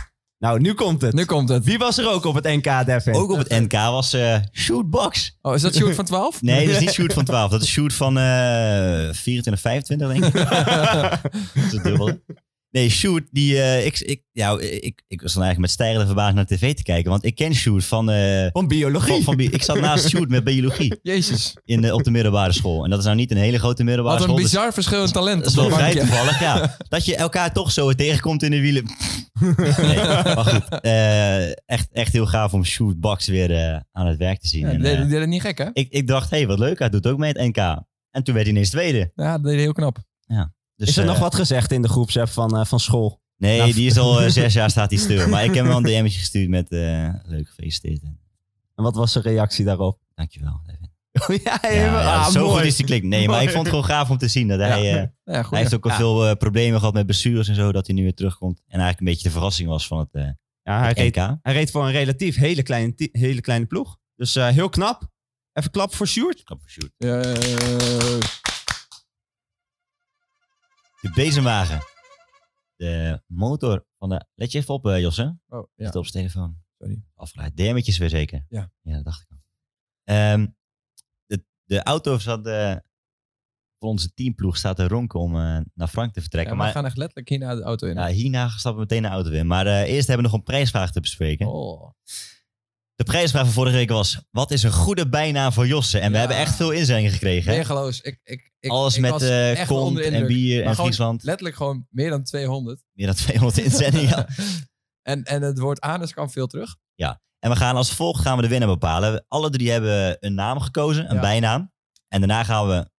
S1: Nou, nu komt het.
S2: Nu komt het.
S1: Wie was er ook op het NK, Devin?
S3: ook op het NK was eh Shootbox.
S2: Oh, is dat Sjoerd van 12?
S3: Nee, dat is niet Shoot van 12. Dat is Shoot van eh 24, 25 denk ik. dat is het dubbele. Nee, Sjoerd, die, eh, ik, ik, ja, ik, ik was dan eigenlijk met stijgende verbazing naar tv te kijken. Want ik ken Sjoerd van... eh,
S1: Van biologie.
S3: van, van bi- ik zat naast Sjoerd met biologie
S2: Jezus,
S3: in, eh, op de middelbare school. En dat is nou niet een hele grote middelbare
S2: wat een
S3: school. dus
S2: bizar verschil in talent.
S3: Dat is wel
S2: op dat
S3: vrij
S2: bankje.
S3: toevallig, ja. Dat je elkaar toch zo tegenkomt in de wielen. Nee, maar goed. eh, echt, echt heel gaaf om Sjoerd Baks weer eh, aan het werk te zien.
S2: Ja,
S3: En,
S2: die deed-
S3: eh,
S2: die deed het niet gek, hè?
S3: ik, ik dacht, hé, hey, wat leuk, hij doet ook mee het NK. En toen werd hij ineens tweede.
S2: Ja, dat deed hij heel knap.
S3: Dus,
S1: is er
S3: eh,
S1: nog wat gezegd in de groepsapp van, eh, van school?
S3: Nee,
S1: Nou,
S3: die is al eh, zes jaar staat hij stil. Maar ik heb hem wel een DM'tje gestuurd met eh, leuk, gefeliciteerd. En
S1: En wat was de reactie daarop?
S3: Dankjewel. Devin.
S1: ja,
S3: Ja,
S1: helemaal-
S3: ja,
S1: ah,
S3: zo
S1: mooi.
S3: goed is die klik. Nee, maar ik vond het gewoon gaaf om te zien dat hij...
S2: ja.
S3: eh,
S2: ja, goed.
S3: hij heeft ook al
S1: Ja.
S3: veel eh, problemen gehad met blessures en zo, dat hij nu weer terugkomt. En eigenlijk een beetje de verrassing was van het eh,
S1: Ja, hij, reed,
S3: NK.
S1: hij reed voor een relatief hele kleine, ti- hele kleine ploeg. Dus eh, heel knap. Even klap voor Sjoerd.
S3: Knap voor Sjoerd.
S2: Eh,
S3: De bezemwagen. De motor van de... Let je even op, eh, Josse.
S2: oh, ja.
S3: Zit op zijn telefoon.
S2: Sorry.
S3: Afgeleid. DM'tjes weer zeker.
S2: Ja.
S3: Ja, dat dacht ik al. Ehm, de, de auto zat... eh, voor onze teamploeg staat te ronken om eh, naar Frank
S2: Ja,
S3: te vertrekken.
S2: maar we
S3: maar
S2: gaan echt letterlijk hier naar de auto in.
S3: nou, hierna stappen we meteen de auto in. Maar eh, eerst hebben we nog een prijsvraag te bespreken.
S2: Oh.
S3: De prijsvraag van vorige week was... Wat is een goede bijnaam voor Josse? En we
S2: Ja.
S3: hebben echt veel inzendingen gekregen. hè?
S2: Weergeloos. Ik, ik, ik,
S3: Alles
S2: ik
S3: met
S2: was
S3: eh,
S2: echt
S3: kont
S2: onder de
S3: en
S2: indruk.
S3: bier
S2: Maar
S3: en
S2: gewoon
S3: Friesland.
S2: Letterlijk gewoon meer dan 200.
S3: Meer dan 200 inzendingen.
S2: en, en het woord anus kwam veel terug.
S3: En we gaan als volgt gaan we de winnaar bepalen. Alle drie hebben een naam gekozen, een
S2: Ja.
S3: bijnaam. En daarna gaan we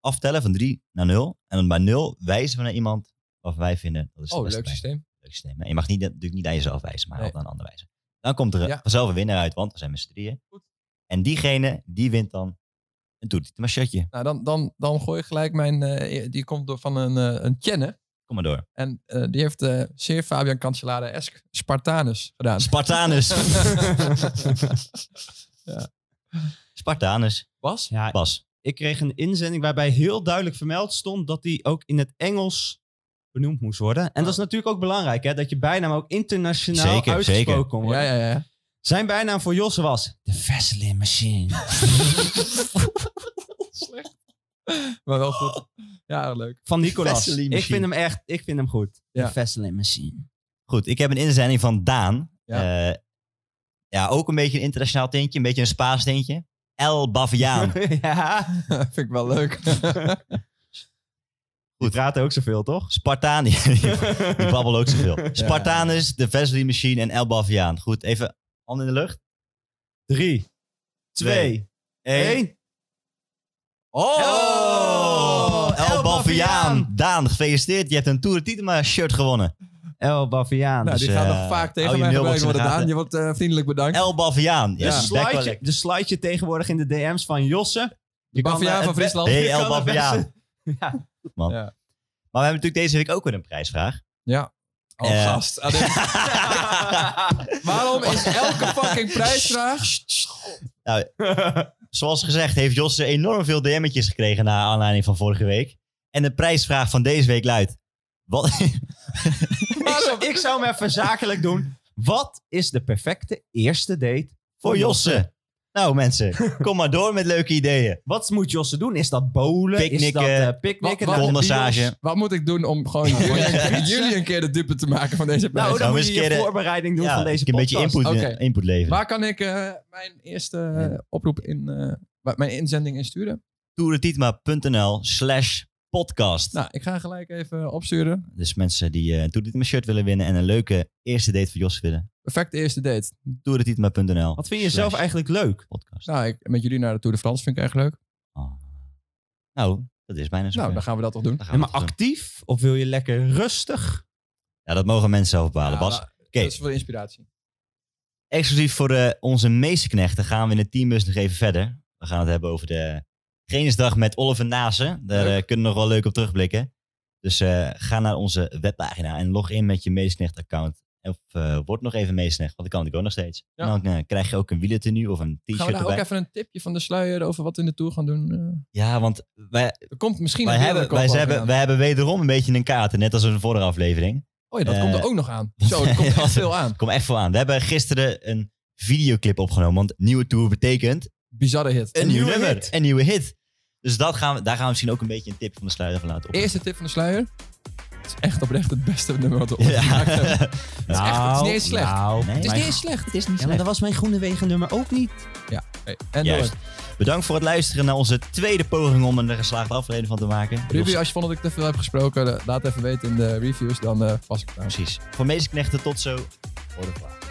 S3: aftellen van 3 naar 0. En dan bij 0 wijzen we naar iemand waarvan wij vinden dat is het
S2: Oh,
S3: beste
S2: leuk
S3: bij-
S2: systeem.
S3: leuk systeem. hè? Je mag niet, natuurlijk niet aan jezelf wijzen, maar
S2: Nee.
S3: altijd aan een ander wijzen. Dan komt er
S2: Ja.
S3: vanzelf een winnaar uit, want we zijn met z'n drieën.
S2: Goed.
S3: En diegene, die wint dan een toetie. Maar shirtje,
S2: Nou, dan, dan, dan gooi ik gelijk mijn... eh, die komt door van een, eh een Tjenne.
S3: kom maar door.
S2: En eh, die heeft eh, zeer Fabian Cancellara esk Spartanus gedaan.
S3: Spartanus.
S2: Ja.
S3: Spartanus.
S2: Bas?
S1: Ja,
S3: Bas.
S1: ik kreeg een inzending waarbij heel duidelijk vermeld stond dat die ook in het Engels benoemd moest worden. En dat is natuurlijk ook belangrijk, hè, dat je bijnaam ook internationaal
S3: Oh. Zeker,
S1: uitgesproken
S3: zeker.
S1: kon worden.
S2: Ja, ja, ja.
S1: Zijn bijnaam voor Josse was de Vaseline Machine.
S2: Maar wel goed. Ja, leuk.
S1: Van Nicolas.
S3: Vaseline
S1: Ik
S3: Machine.
S1: vind hem echt, ik vind hem goed.
S2: Ja.
S1: De Vaseline Machine.
S3: Goed, ik heb een inzending van Daan.
S2: Ja.
S3: Ja, ja ook een beetje een internationaal tintje, een beetje een Spaans tintje. El Baviaan.
S1: ja.
S2: Vind ik wel leuk.
S3: dus,
S1: Die praten ook zoveel, toch?
S3: Spartaan, die, die babbelen ook zoveel. Spartanus, de Vesely Machine en El Baviaan. Goed, even handen in de lucht.
S1: Drie, twee,
S3: Eén.
S1: één. Oh!
S3: Oh, El Baviaan. Daan, gefeliciteerd. Je hebt een Tour de Titema shirt gewonnen.
S1: El Baviaan.
S2: nou,
S3: Dus,
S2: die gaat
S3: eh,
S2: nog vaak
S3: hou
S2: tegen
S3: je
S2: mij gebruikt
S3: mailbox in de
S2: worden,
S3: gaten.
S2: Daan. Je wordt eh, vriendelijk bedankt.
S3: El Baviaan.
S1: Dus
S3: Ja,
S1: de, slide, de slide je tegenwoordig in de DM's van Josse. Je kan, eh,
S2: Baviaan
S1: het
S2: van
S1: be-
S2: Friesland.
S3: Hey,
S1: Je kan
S3: El
S1: het
S3: Baviaan.
S1: beste- Ja.
S3: Goed, man.
S2: Ja.
S3: Maar we hebben natuurlijk deze week ook weer een prijsvraag.
S2: Oh,
S3: Eh.
S2: gast. Ah, dit- Waarom is elke fucking prijsvraag...
S3: Zoals gezegd heeft Josse enorm veel DM'tjes gekregen na aanleiding van vorige week. En de prijsvraag van deze week luidt... Wat,
S1: ik, zou, ik zou hem even zakelijk doen. Wat is de perfecte eerste date
S3: voor Josse. Nou mensen, kom maar door met leuke ideeën.
S1: Wat moet Josse doen? Is dat bowlen? Is
S3: Picknicken.
S1: dat eh,
S2: Wat,
S1: picknicken?
S2: wat-
S1: Dat-
S3: Massage.
S2: wat moet ik doen om gewoon jullie, jullie een keer de dupe te maken van deze prijs?
S1: Nou,
S3: Zou
S1: dan moet
S3: eens
S1: je
S3: een
S1: je
S3: keer, eh,
S1: voorbereiding doen
S3: Ja,
S1: van deze
S3: een
S1: podcast.
S3: beetje input,
S2: Oké.
S3: input leveren.
S2: Waar kan ik eh, mijn eerste eh,
S3: Ja.
S2: oproep in, eh, waar- mijn inzending insturen?
S3: Toeretietma.nl slash podcast.
S2: Nou, ik ga gelijk even opsturen.
S3: Dus mensen die eh een Toeretietma shirt willen winnen en een leuke eerste date voor Josse willen.
S2: Perfecte eerste date.
S3: Toeretietma.nl
S1: Wat vind je zelf
S3: slash
S1: eigenlijk leuk?
S3: podcast.
S2: Nou, ik, met jullie naar de Tour de France vind ik echt leuk.
S3: Oh. Nou, dat is bijna zo.
S2: Nou, dan gaan we dat toch doen.
S1: Ja, maar actief? Of wil je lekker rustig?
S3: Ja, dat mogen mensen zelf bepalen, Bas.
S2: Ja,
S3: Oké,
S2: Dat is voor de inspiratie.
S3: exclusief voor eh, onze meesterknechten gaan we in de teambus nog even verder. We gaan het hebben over de Trainingsdag met Oliver Nase. Daar
S2: Leuk.
S3: eh, kunnen we nog wel leuk op terugblikken. Dus eh, ga naar onze webpagina en log in met je meesterknecht-account. Of eh, word nog even meesterknecht, want dat kan natuurlijk ook nog steeds.
S2: Ja.
S3: En dan eh, krijg je ook een wielertenue of een
S2: Gaan we
S3: t-shirt
S2: daar ook
S3: erbij.
S2: even een tipje van de sluier over wat we in de Tour gaan doen? eh?
S3: Ja, want wij,
S2: er komt misschien
S3: wij,
S2: een
S3: hebben, wij,
S2: wereldrecord
S3: ze
S2: aan.
S3: hebben, wij hebben wederom een beetje een kaarten, net als in de vorige aflevering.
S2: Oh ja, dat
S3: eh,
S2: komt er ook nog aan. Zo, er komt echt
S3: wat-
S2: veel aan.
S3: Kom echt voor aan. We hebben gisteren een videoclip opgenomen, want nieuwe tour betekent
S2: Bizarre hit.
S3: Een, nieuwe
S1: nieuwe
S3: nummer.
S1: hit.
S3: Een nieuwe hit. Dus dat gaan we, daar gaan we misschien ook een beetje een tip van de sluier van laten op.
S2: Eerste tip van de sluier. is echt oprecht het beste nummer wat we ooit gemaakt hebben.
S3: Ja. Oh,
S2: echt- het is niet eens slecht.
S1: Nou,
S3: Nee.
S2: Het is
S1: mijn-
S2: niet eens slecht. Het is niet
S1: ja, maar dat was mijn Groene Wegen nummer ook niet.
S2: Hey, en
S3: Juist.
S2: door.
S3: Bedankt voor het luisteren naar onze tweede poging om een geslaagde aflevering van te maken.
S2: Ruby, als je vond dat ik te veel heb gesproken, eh, laat even weten in de reviews. Dan eh pas ik het aan.
S3: Precies. Voor Meesknechten tot zo. Voor de vraag.